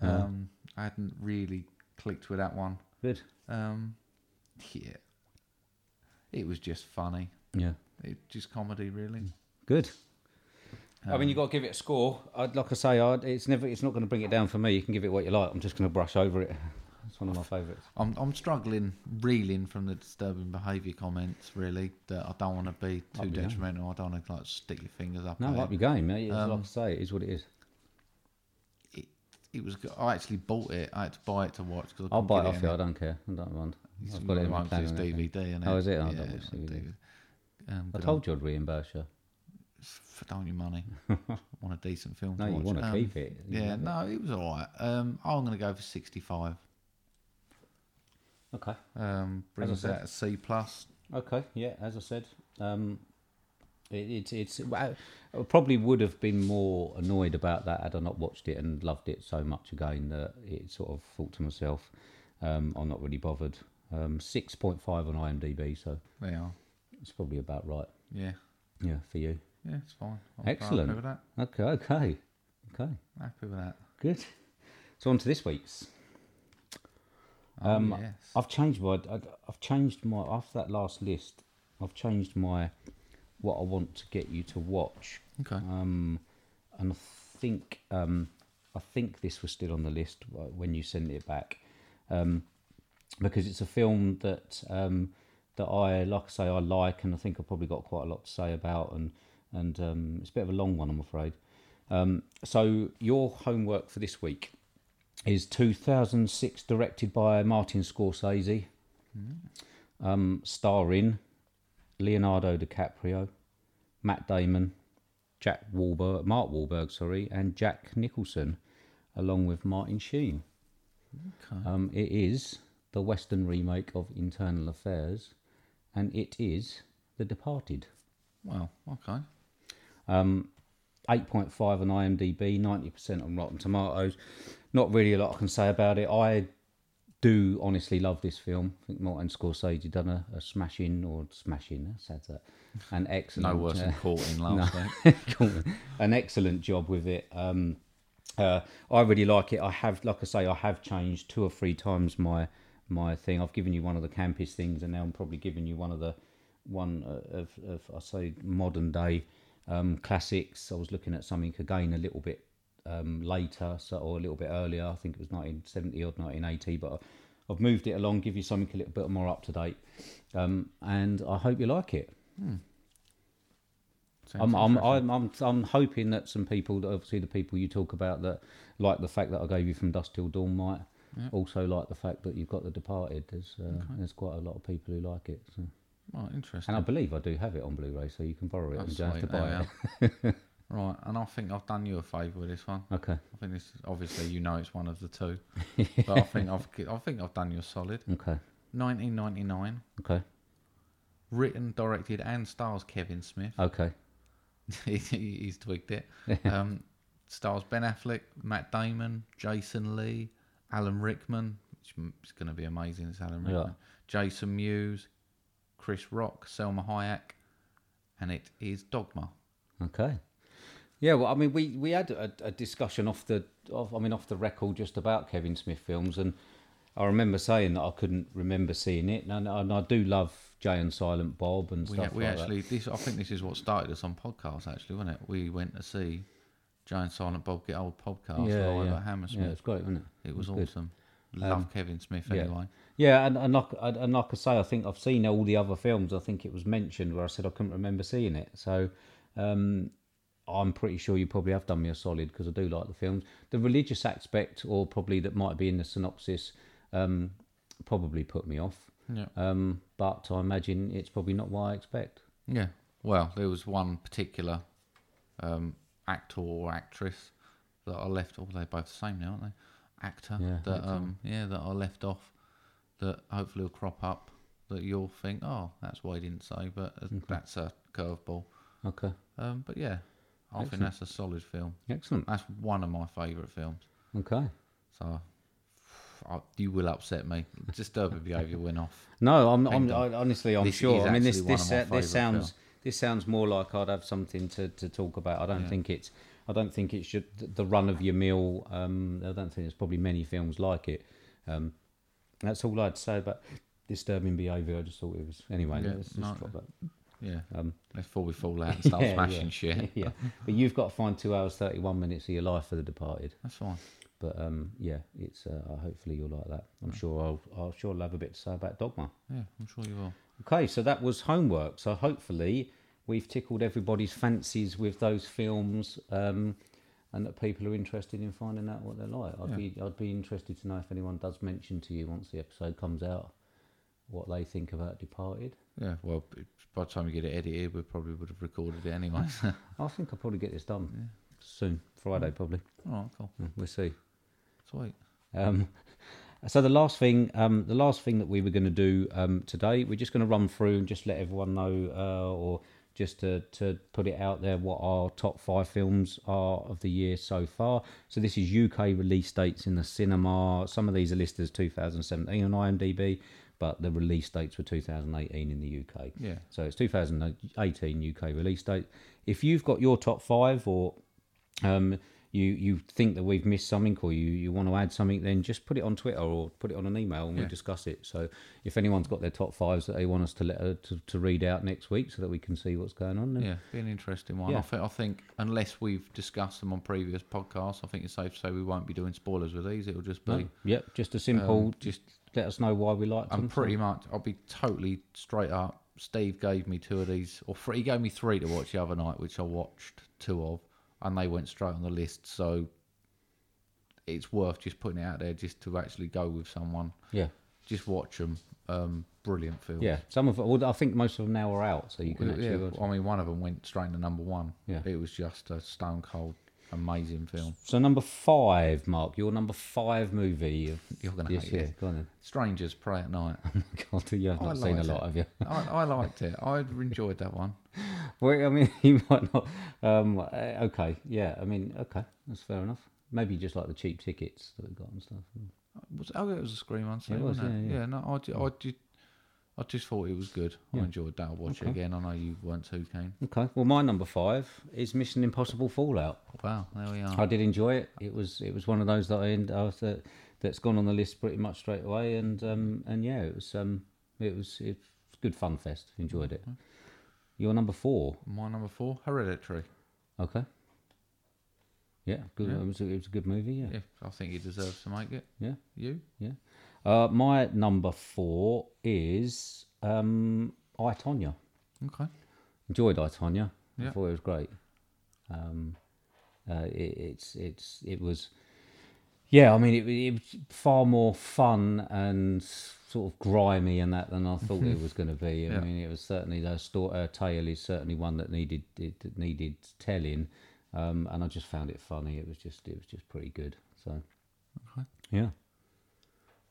A: um I hadn't really clicked with that one
B: Good.
A: um yeah it was just funny
B: Yeah.
A: it just comedy really
B: Good. I mean, you got to give it a score. I'd, like I say, I'd, it's never, it's not going to bring it down for me. You can give it what you like. I'm just going to brush over it. It's one of my favourites.
A: I'm I'm struggling, reeling from the disturbing behaviour comments. Really, that I don't want to be too detrimental. I don't want to like stick your fingers up.
B: No,
A: at
B: I like
A: it.
B: your game. mate.
A: Um,
B: It's like I say, it is what it is.
A: It, it was. go- I actually bought it. I had to buy it to watch because
B: I'll buy it off you. I don't care. I don't mind. I've got it in my plan.
A: It's
B: and everything.
A: DVD. And
B: Oh, is it? I don't watch DVD.
A: Um,
B: I
A: good
B: told you I'd reimburse you.
A: on- For don't your
B: <laughs>
A: money. want a decent film?
B: No,
A: to
B: you
A: watch.
B: want to
A: Um,
B: keep it. You
A: Yeah,
B: love it.
A: no, it was all right. Um, I'm gonna go for 65.
B: Okay.
A: Um, brings
B: said.
A: out a C plus.
B: Okay. Yeah. As I said, um, it, it, it's. I I probably would have been more annoyed about that had I not watched it and loved it so much again that it sort of thought to myself, um, I'm not really bothered. Um, Six point five on IMDb, so
A: They are.
B: it's probably about right.
A: Yeah,
B: Yeah, for you.
A: yeah, it's fine. I'm
B: Excellent.
A: Happy with that.
B: Okay. Okay. Okay.
A: Happy with that.
B: Good. So on to this week's. Um,
A: Oh, yes.
B: I've changed my. I've I've changed my after that last list. I've changed my what I want to get you to watch,
A: Okay.
B: um, and I think um, I think this was still on the list uh, when you sent it back, um, because it's a film that um, that I like. I say I like, and I think I have probably got quite a lot to say about, and and um, it's a bit of a long one, I'm afraid. Um, so your homework for this week is 2006, directed by Martin Scorsese, um, starring Leonardo DiCaprio, Matt Damon, Jack Wahlberg, Mark Wahlberg, sorry, and Jack Nicholson, along with Martin Sheen. Um, it is the Western remake of Internal Affairs, and it is The Departed.
A: Well, okay.
B: Um, 8.5 on IMDb, 90% on Rotten Tomatoes. Not really a lot I can say about it. I do honestly love this film. I think Martin Scorsese done a, a smashing or smashing, that's sad that. An
A: <laughs>
B: excellent
A: No worse than
B: uh,
A: caught in last week.
B: <laughs> an excellent job with it. Um, uh, I really like it. I have, like I say, I have changed two or three times my my thing. I've given you one of the campus things, and now I'm probably giving you one of the one uh, of, of I say modern day um, classics. I was looking at something again a little bit um, later, so or a little bit earlier. I think it was 1970 or 1980, but. I, I've moved it along, give you something a little bit more up to date, um, and I hope you like it. I'm, I'm, I'm, I'm, I'm hoping that some people, that obviously the people you talk about that like the fact that I gave you from Dust Till Dawn might also like the fact that you've got The Departed. There's, uh, there's quite a lot of people who like it. So.
A: Well, interesting.
B: And I believe I do have it on Blu-ray, so you can borrow it
A: That's
B: and you don't have to
A: sweet, there
B: buy it.
A: we are. <laughs> right, and I think I've done you a favour with this one.
B: Okay,
A: I think this obviously you know it's one of the <laughs> two, but I think I've gi- I think I've done you a solid.
B: okay,
A: 1999,
B: okay,
A: written, directed, and stars Kevin Smith.
B: okay.
A: <laughs> He- He's twigged
B: <laughs>
A: it. Um, stars Ben Affleck, Matt Damon, Jason Lee, Alan Rickman, which m- is going to be amazing. It's Alan
B: Yeah.
A: Rickman, Jason Mewes, Chris Rock, Selma Hayek, and it is Dogma.
B: Okay. Yeah, well, I mean, we, we had a, a discussion off the off, I mean off the record just about Kevin Smith films, and I remember saying that I couldn't remember seeing it, and, I- and I do love Jay and Silent Bob and
A: We,
B: stuff
A: we
B: like
A: actually this I think this is what started us on podcasts actually, wasn't it? We went to see Giant Silent Bob Get Old
B: that.
A: podcast
B: Yeah,
A: live
B: yeah.
A: at
B: yeah,
A: Hammersmith.
B: it's great, wasn't it?
A: it was
B: good. Um,
A: awesome. Love Kevin Smith anyway.
B: Yeah, and, and like and and like I say, I think I've seen all the other films. I think it was mentioned where I said I couldn't remember seeing it. So um, I'm pretty sure you probably have done me a solid because I do like the films. The religious aspect, or probably that might be in the synopsis, um, probably put me off.
A: Yeah.
B: Um, but I imagine it's probably not what I expect.
A: Yeah. Well, there was one particular um, actor or actress that I left. Oh, they're both the same now, aren't they? Actor
B: Yeah,
A: that um yeah that I left off that hopefully will crop up that you'll think oh that's why he didn't say but
B: Mm-hmm.
A: uh, that's a curveball.
B: Okay,
A: Um, but yeah, I think that's a solid film.
B: excellent.
A: That's one of my favourite films.
B: Okay.
A: So I, you will upset me. Disturbing behaviour went off.
B: No, I'm, I'm
A: Kingdom.
B: I, honestly, I'm
A: This
B: sure.
A: is
B: I mean, this
A: actually one
B: this
A: of my
B: uh, this
A: favourite
B: sounds this sounds more like I'd have something to, to talk about. I don't think it's I don't think it's your, the run of your meal. Um, I don't think there's probably many films like it. Um, that's all I'd say about disturbing behaviour. I just thought it was anyway.
A: Yeah,
B: let's just
A: no.
B: drop that. <laughs>
A: Yeah. Before we fall out and start
B: Um, Yeah,
A: smashing
B: yeah,
A: shit.
B: yeah, but you've got to find two hours thirty one minutes of your life for The Departed.
A: That's fine.
B: But um, yeah, it's uh, hopefully you'll like that. I'm sure I'll I'll sure I'll have a bit to say about Dogma.
A: Yeah, I'm sure you will.
B: Okay, so that was homework. So hopefully we've tickled everybody's fancies with those films, um, and that people are interested in finding out what they're like. I'd be I'd be interested to know if anyone does mention to you once the episode comes out what they think about Departed.
A: Yeah, well, b- by the time you get it edited, we probably would have recorded it <laughs> anyway. All
B: I think I'll probably get this done soon, Friday probably.
A: right, cool.
B: We'll see.
A: Sweet.
B: Um, so the last thing, um, the last thing that we were going to do um, today, we're just going to run through and just let everyone know, uh, or just to, to put it out there, what our top five films are of the year so far. So this is UK release dates in the cinema. Some of these are listed as 2017 on IMDb, but the release dates were 2018 in the UK.
A: Yeah.
B: So it's 2018 UK release date. If you've got your top five or um, you you think that we've missed something or you, you want to add something, then just put it on Twitter or put it on an email and we'll
A: Yeah.
B: discuss it. So if anyone's got their top fives that they want us to let uh, to, to read out next week so that we can see what's going on, then
A: Yeah, be an interesting one.
B: Yeah.
A: I, think, I think, unless we've discussed them on previous podcasts, I think it's safe to say we won't be doing spoilers with these. It'll just be.
B: No? yep, just a simple,
A: just
B: let us know why we liked
A: Um, I'm
B: them.
A: pretty much. I'll be totally straight up. Steve gave me two of these, or three. He gave me three to watch the other night, which I watched two of. and they went straight on the list. So it's worth just putting it out there just to actually go with someone.
B: Yeah.
A: Just watch them. Um, brilliant film.
B: Yeah. Some of well, I think most of them now are out, so you can actually.
A: Yeah,
B: watch.
A: I mean, one of them went straight to number one.
B: Yeah.
A: It was just a stone cold, amazing film.
B: So number five, Mark, your number five movie. Of
A: You're gonna
B: this
A: hate
B: year.
A: this.
B: Go on then.
A: Strangers Pray at Night.
B: <laughs> God, you have
A: Oh, I
B: not seen a
A: liked
B: lot
A: it.
B: of you. <laughs>
A: I, I liked it. I enjoyed that one.
B: Well, I mean, <laughs> you might not. Um, uh, okay, yeah. I mean, okay, that's fair enough. Maybe you just like the cheap tickets that we got and stuff.
A: Was, oh, it was a scream on
B: It
A: sale,
B: was,
A: wasn't it?
B: yeah,
A: Yeah, no, I, ju- I, ju- I just thought it was good. I enjoyed that. I'll watch it again. I know you weren't too keen.
B: Okay. Well, my number five is Mission Impossible Fallout.
A: Wow, there we are.
B: I did enjoy it. It was it was one of those that I end uh, that that's gone on the list pretty much straight away. And um and yeah, it was um it was it was good fun fest. Enjoyed it. Your number four,
A: My number four, Hereditary.
B: okay. Yeah, good. It, was a, it was a good movie. Yeah,
A: Yeah, I think he deserves to make it.
B: yeah.
A: You?
B: Yeah. Uh, my number four is um, I Tonya.
A: Okay.
B: Enjoyed I Tonya. I
A: Yeah.
B: thought it was great. Um, uh, it, it's it's it was. Yeah, I mean, it, it was far more fun and sort of grimy and that than I thought it was going to be. I
A: Mm-hmm. Yeah.
B: mean, it was certainly the sto- uh, tale is certainly one that needed it, that needed telling, um, and I just found it funny. It was just it was just pretty good. So, yeah,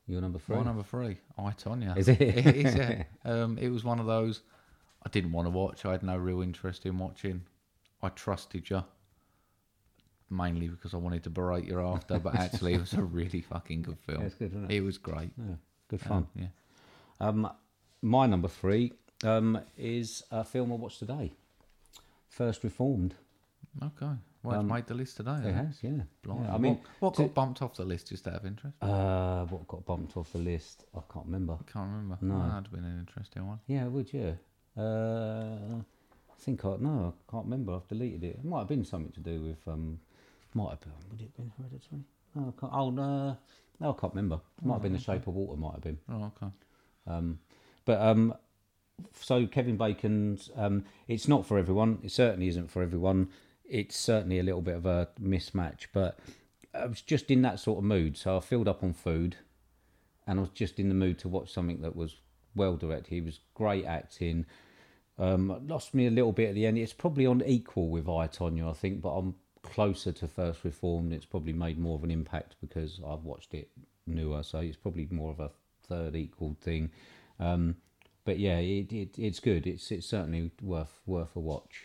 B: your number three.
A: My number three, I Tonya.
B: Is
A: <laughs>
B: it?
A: it is, yeah. Um, it was one of those I didn't want to watch. I had no real interest in watching. I trusted you, mainly because I wanted to berate you after. But actually, it was a really fucking good film.
B: <laughs> Yeah, it's good, isn't it?
A: it was great.
B: Yeah, good fun.
A: Yeah.
B: Um, my number three um, is a film I watched today. First Reformed.
A: Okay. Well, it's made the list today.
B: Um, It
A: hasn't
B: has, yeah.
A: Blimey.
B: Yeah, I mean,
A: what, what
B: to-
A: got bumped off the list just out of interest?
B: uh, what got bumped off the list? I can't remember.
A: I can't remember.
B: no.
A: Well, that'd been an interesting one.
B: Yeah, it would yeah. Uh, I think I no, I can't remember. I've deleted it. It might have been something to do with um, might have been. Would it have been hereditary? No, I can't. Oh no, no, I can't remember. Might have been the shape of water. Might have been.
A: Oh, okay.
B: Um, but um, so Kevin Bacon's, um, it's not for everyone. It certainly isn't for everyone. It's certainly a little bit of a mismatch, but I was just in that sort of mood. So I filled up on food, and I was just in the mood to watch something that was well directed. He was great acting. Um, lost me a little bit at the end. It's probably on equal with I Tonya, I think, but I'm closer to First Reformed. It's probably made more of an impact because I've watched it newer, so it's probably more of a third equal thing. Um, but yeah, it, it it's good. It's it's certainly worth worth a watch.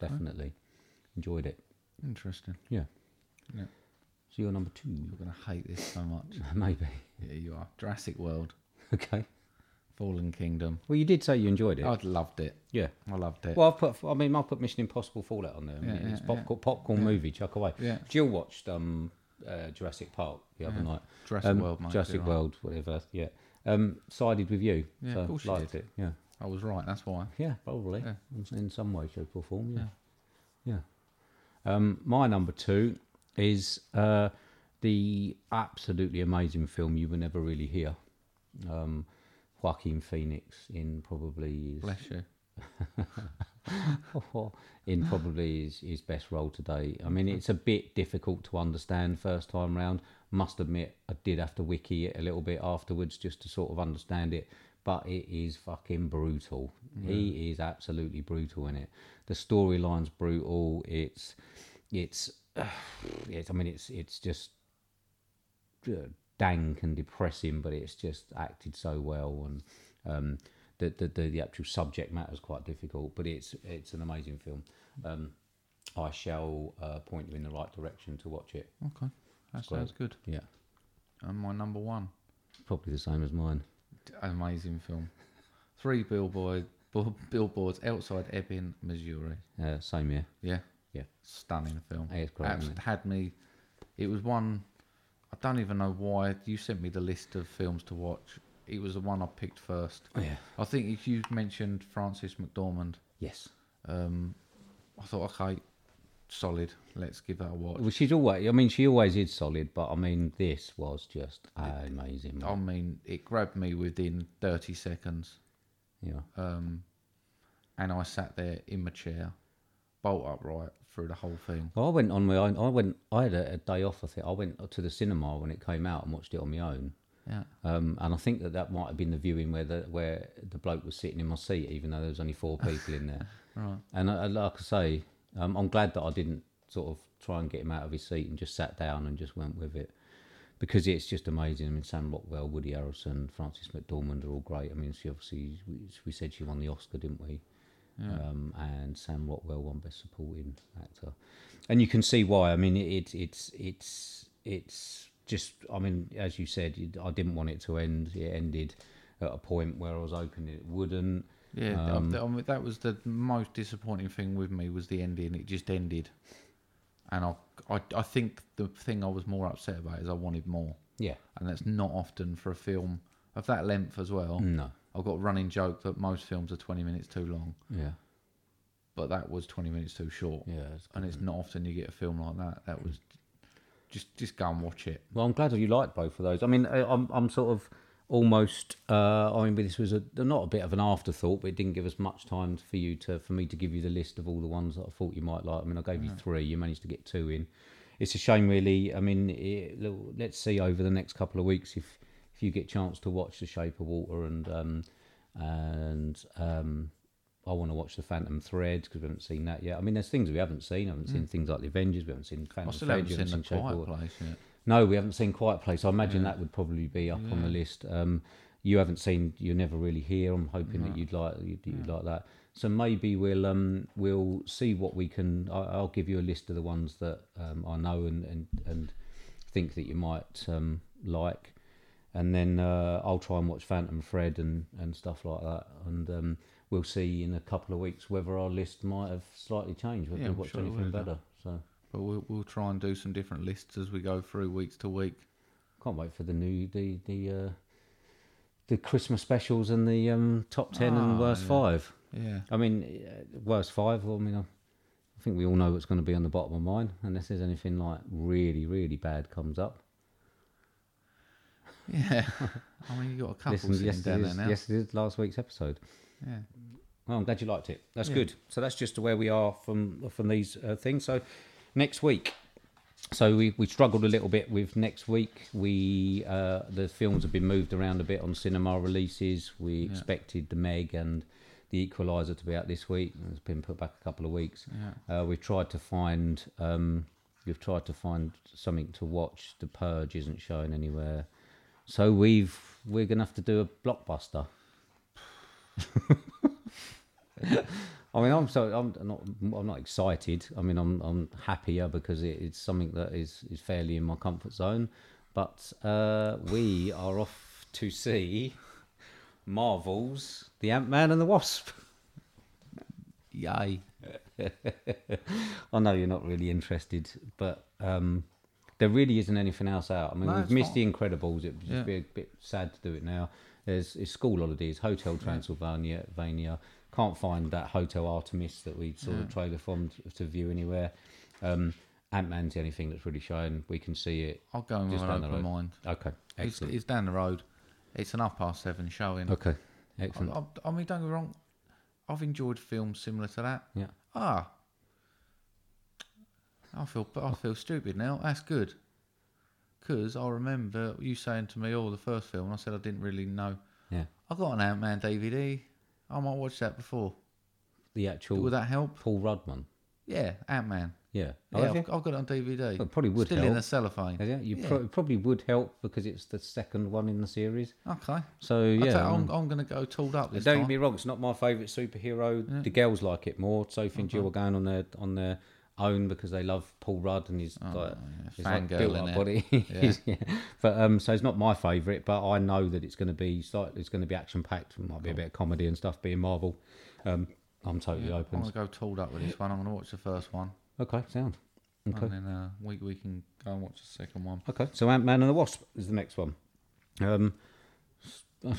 B: Definitely enjoyed it.
A: Interesting.
B: Yeah.
A: Yeah.
B: So you're number two, <laughs>
A: You're going to hate this so much.
B: maybe. <laughs>
A: yeah, you are. Jurassic World,
B: Okay.
A: Fallen Kingdom.
B: Well, you did say you enjoyed it.
A: I loved it.
B: yeah.
A: I loved it.
B: Well, I've put. I mean, I've put Mission Impossible Fallout on there. I mean,
A: Yeah,
B: it's
A: yeah,
B: popcorn, popcorn movie. Chuck away.
A: Yeah.
B: Jill watched um, uh, Jurassic Park the other night.
A: Jurassic
B: Um,
A: World, mate.
B: Jurassic
A: you're right.
B: World, whatever. Yeah. Um, sided with you.
A: Yeah,
B: so
A: of course she
B: liked
A: did.
B: it. Yeah.
A: I was right. That's why.
B: Yeah, probably.
A: Yeah.
B: In- In some way, shape, or form. Yeah. Yeah. Um, my number two is uh, the absolutely amazing film you will never really hear. Um, Joaquin Phoenix in probably his-
A: Bless you.
B: <laughs> in probably his, his best role today. I mean, it's a bit difficult to understand first time round. Must admit, I did have to wiki it a little bit afterwards just to sort of understand it. But it is fucking brutal. He is absolutely brutal in it. The storyline's brutal. It's, it's, <sighs> it's. I mean, it's it's just uh, dank and depressing, but it's just acted so well, and um, the, the the the actual subject matter is quite difficult, but it's it's an amazing film. Um, I shall uh, point you in the right direction to watch it.
A: Okay. That
B: great.
A: sounds good.
B: Yeah,
A: And my number one,
B: probably the same as mine.
A: amazing film. Three billboard, bu- billboards outside Ebbing, Missouri.
B: Uh, same here.
A: Yeah.
B: Yeah.
A: Stunning film.
B: It is great,
A: Abs-
B: isn't it?
A: had me. It was one. I don't even know why you sent me the list of films to watch. It was the one I picked first.
B: Oh, Yeah.
A: I think if you mentioned Francis McDormand,
B: Yes.
A: um, I thought, okay, solid. Let's give that a watch.
B: Well, she's always. I mean, she always is solid, but I mean, this was just amazing.
A: I mean, it grabbed me within 30 seconds.
B: Yeah.
A: Um, and I sat there in my chair, bolt upright, through the whole thing.
B: Well, I went on my own. I went. I had a, a day off. I think I went to the cinema when it came out and watched it on my own.
A: Yeah.
B: Um, and I think that that might have been the viewing where the where the bloke was sitting in my seat, even though there was only four people in there.
A: <laughs> Right.
B: And I, I- like I say, um, I'm glad that I didn't sort of try and get him out of his seat and just sat down and just went with it, because it's just amazing. I mean, Sam Rockwell, Woody Harrelson, Frances McDormand are all great. I mean, she obviously we, we said she won the Oscar, didn't we? Um, and Sam Rockwell won Best Supporting Actor, and you can see why. I mean, it, it it's it's it's just. I mean, as you said, you- I didn't want it to end. It ended at a point where I was hoping it wouldn't.
A: Yeah, th- Um, I mean, that was the most disappointing thing with me was the ending. It just ended, and I, I, I think the thing I was more upset about is I wanted more,
B: Yeah.
A: and that's not often for a film of that length as well.
B: No.
A: I've got a running joke that most films are twenty minutes too long,
B: Yeah.
A: but that was twenty minutes too short,
B: Yeah. it's
A: and it's not often you get a film like that. That was just just go and watch it.
B: Well, I'm glad that you liked both of those. I mean, I- I'm, I'm sort of almost. Uh, I mean, this was a, not a bit of an afterthought, but it didn't give us much time for you to for me to give you the list of all the ones that I thought you might like. I mean, I
A: Mm.
B: gave you three. You managed to get two in. It's a shame, really. I mean, it, l- let's see over the next couple of weeks if if you get a chance to watch The Shape of Water and um, and um, I want to watch The Phantom Thread because we haven't seen that yet. I mean, there's things we haven't seen. I haven't seen things like The Avengers. We haven't seen Phantom
A: Mm. I still
B: Thread.
A: haven't
B: we
A: seen the
B: Shape of
A: Quiet
B: Water.
A: Place yet.
B: No, we haven't seen Quiet Place. I
A: Mm.
B: imagine that would probably be up on the list. Um, you haven't seen You're Never Really Here. I'm hoping that you'd like you'd, you'd like that. So maybe we'll um, we'll see what we can. I, I'll give you a list of the ones that um, I know and, and and think that you might um, like, and then uh, I'll try and watch Phantom Fred and and stuff like that. And um, we'll see in a couple of weeks whether our list might have slightly changed. Whether
A: Yeah,
B: we
A: I'm
B: watch
A: sure it
B: anything
A: will, yeah.
B: better. So.
A: But we'll, we'll try and do some different lists as we go through weeks to week.
B: Can't wait for the new the the uh, the Christmas specials and the um, top ten and
A: Ah,
B: worst
A: yeah.
B: five.
A: Yeah.
B: I mean, uh, worst five. I mean, I, I think we all know what's going to be on the bottom of mine, unless there's anything like really really bad comes up.
A: Yeah. I mean, you got a couple
B: Listen,
A: sitting down there
B: yesterday's,
A: now.
B: yesterday's last week's episode.
A: Yeah.
B: Well, Oh, I'm glad you liked it. That's good. So that's just where we are from from these uh, things. So next week. So we, we struggled a little bit with next week. We uh, the films have been moved around a bit on cinema releases. We expected the Meg and the Equalizer to be out this week. It's been put back a couple of weeks. Uh, we've tried to find um, we've tried to find something to watch. The Purge isn't shown anywhere. So we've we're gonna have to do a blockbuster. I mean, I'm so I'm not I'm not excited. I mean, I'm I'm happier because it, it's something that is is fairly in my comfort zone. But uh, we are off to see Marvel's The Ant Man and the Wasp.
A: Yay.
B: I know you're not really interested, but um, there really isn't anything else out. I mean,
A: No,
B: we've
A: it's
B: missed
A: not.
B: The Incredibles. It'd just
A: Yeah.
B: be a bit sad to do it now. There's it's school holidays, Hotel Transylvania, Vania. Can't find that Hotel Artemis that we saw the trailer from t- to view anywhere. Um, Ant Man's the only thing that's really shown. We can see it.
A: I'll go in with
B: Just
A: an
B: down the
A: open
B: road.
A: mind.
B: Okay,
A: It's,
B: excellent.
A: it's down the road. It's an up past seven showing.
B: okay,
A: I,
B: excellent.
A: I, I mean, don't get me wrong. I've enjoyed films similar to that.
B: yeah.
A: Ah. I feel I feel stupid now. That's good. Because I remember you saying to me, oh, the first film, and I said I didn't really know.
B: Yeah,
A: I got an Ant Man DVD. I might watch that before.
B: the actual
A: Would that help?
B: Paul Rudd one.
A: Yeah, Ant Man.
B: Yeah, Oh,
A: Yeah,
B: have
A: I've,
B: you?
A: I've got it on DVD.
B: Well, it probably would
A: Still in
B: help.
A: a cellophane.
B: Has it? You pro- probably would help because it's the second one in the series.
A: Okay.
B: So
A: I'll
B: yeah,
A: tell you,
B: um,
A: I'm, I'm going to go tooled up this
B: don't
A: time.
B: get me wrong, it's not my favourite superhero. The girls like it more. Sophie and
A: Uh-huh.
B: Jill are going on their on their own because they love Paul Rudd and his like, his, like
A: Oh, Fangirl,
B: built up
A: innit?
B: body. <laughs> Yeah. But um, so it's not my favourite, but I know that it's going to be slightly, it's going to be action packed. Might be a bit of comedy and stuff. Being Marvel, um, I'm totally
A: I'm
B: open.
A: going to go tooled up with this one. I'm going to watch the first one,
B: Okay, sound. Okay.
A: and then uh, we we can go and watch the second one.
B: Okay, so Ant Man and the Wasp is the next one. Um, <sighs>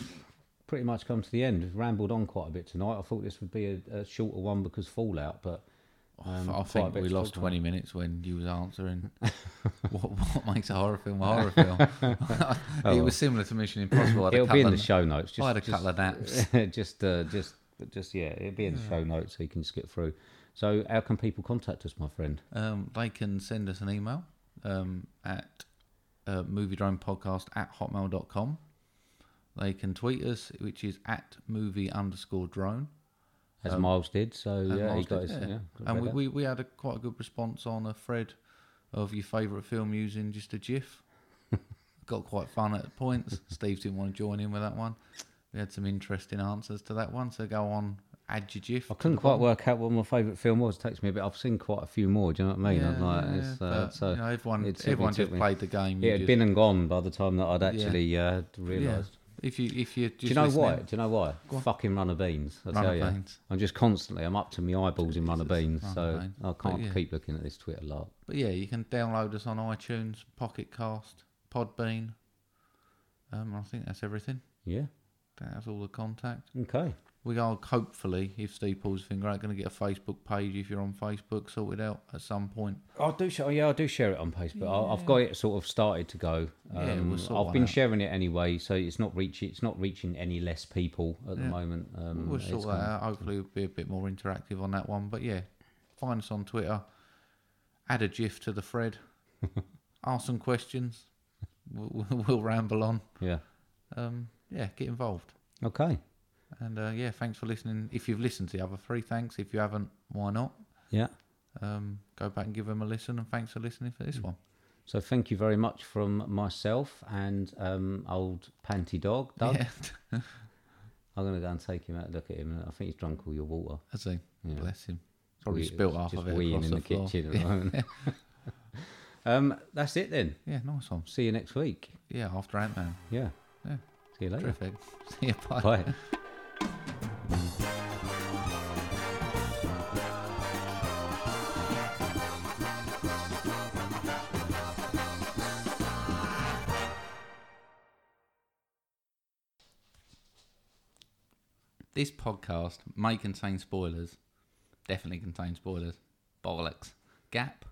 B: pretty much come to the end. We've rambled on quite a bit tonight. I thought this would be a, a shorter one because Fallout, but um,
A: I
B: quite a
A: think
B: bit
A: we
B: to
A: lost
B: talk about.
A: 20 minutes when you was
B: <laughs>
A: answering what, what makes a horror film a horror film. <laughs> it was similar to Mission Impossible. I had a
B: Oh, It'll be in
A: couple
B: the
A: of-
B: show notes. Just,
A: I had a
B: just, <laughs>
A: couple of naps.
B: just, uh, just, just yeah, it'll be in the show notes so you can skip through. So how can people contact us, my friend?
A: Um, they can send us an email um, at uh, moviedronepodcast at hotmail.com. They can tweet us, which is at movie underscore drone.
B: As Miles did, so
A: And
B: yeah, he
A: Um, Miles
B: got
A: did,
B: his, yeah. got
A: and
B: read
A: we,
B: out.
A: we, we had a quite a good response on a thread of your favourite film using just a
B: <laughs>
A: GIF. got quite fun at points. Steve didn't want to join in with that one. We had some interesting answers to that one, so go on, add your GIF.
B: I couldn't quite work out what my favourite film was. It takes me a bit. I've seen quite a few more. Do you know what I mean? I'm like, it's, uh,
A: but,
B: so
A: you know, everyone,
B: it took me-
A: everyone
B: took
A: just
B: me-
A: played the game.
B: It
A: you
B: had
A: just-
B: been and gone by the time that I'd actually uh,
A: yeah.
B: realised.
A: If you, if you, just
B: Do you know
A: listening-
B: why? Do you know why? Fucking runner beans. I
A: Runner
B: tell you,
A: beans.
B: I'm just constantly. I'm up to my eyeballs in runner beans,
A: runner
B: so
A: beans.
B: I
A: But
B: can't
A: yeah.
B: keep looking at this Twitter lot.
A: But yeah, you can download us on iTunes, Pocket Cast, Podbean. Um, I think that's everything.
B: Yeah.
A: That's all the contact.
B: Okay.
A: We are hopefully, if Steve pulls his finger out, going to get a Facebook page if you're on Facebook sorted out at some point.
B: I do. Share, yeah, I do share it on Facebook. I, I've got it sort of started to go.
A: Yeah,
B: Um,
A: we'll sort
B: I've
A: one
B: been
A: out.
B: sharing it anyway, so it's not reaching. It's not reaching any less people at the
A: Yeah.
B: moment. Um,
A: we'll
B: it's
A: sort that
B: kind of-
A: out. Hopefully, we'll be a bit more interactive on that one. But yeah, find us on Twitter. Add a GIF to the
B: <laughs>
A: thread. ask some questions. We'll, <laughs> we'll, we'll ramble on.
B: Yeah.
A: Um, yeah, get involved.
B: Okay.
A: And uh, yeah, thanks for listening. If you've listened to the other three, thanks. If you haven't, why not?
B: Yeah.
A: Um, go back and give them a listen. And thanks for listening for
B: Mm.
A: this one.
B: So thank you very much from myself and um, old panty dog Doug.
A: Yeah, <laughs>
B: I'm gonna go and take him out. and Look at him. I think he's drunk all your water.
A: that's it.
B: Yeah.
A: Bless him. Probably
B: We- uh,
A: spilt half
B: just
A: of it
B: weeing
A: across
B: in
A: the,
B: the,
A: floor.
B: kitchen at the moment. <laughs> um, that's it then.
A: Yeah, nice one.
B: See you next week.
A: Yeah, after Ant Man.
B: Yeah.
A: Yeah.
B: See you later.
A: Terrific. <laughs> See you. Bye.
B: Bye.
A: This podcast may contain spoilers. Definitely contain spoilers. Bollocks. Gap.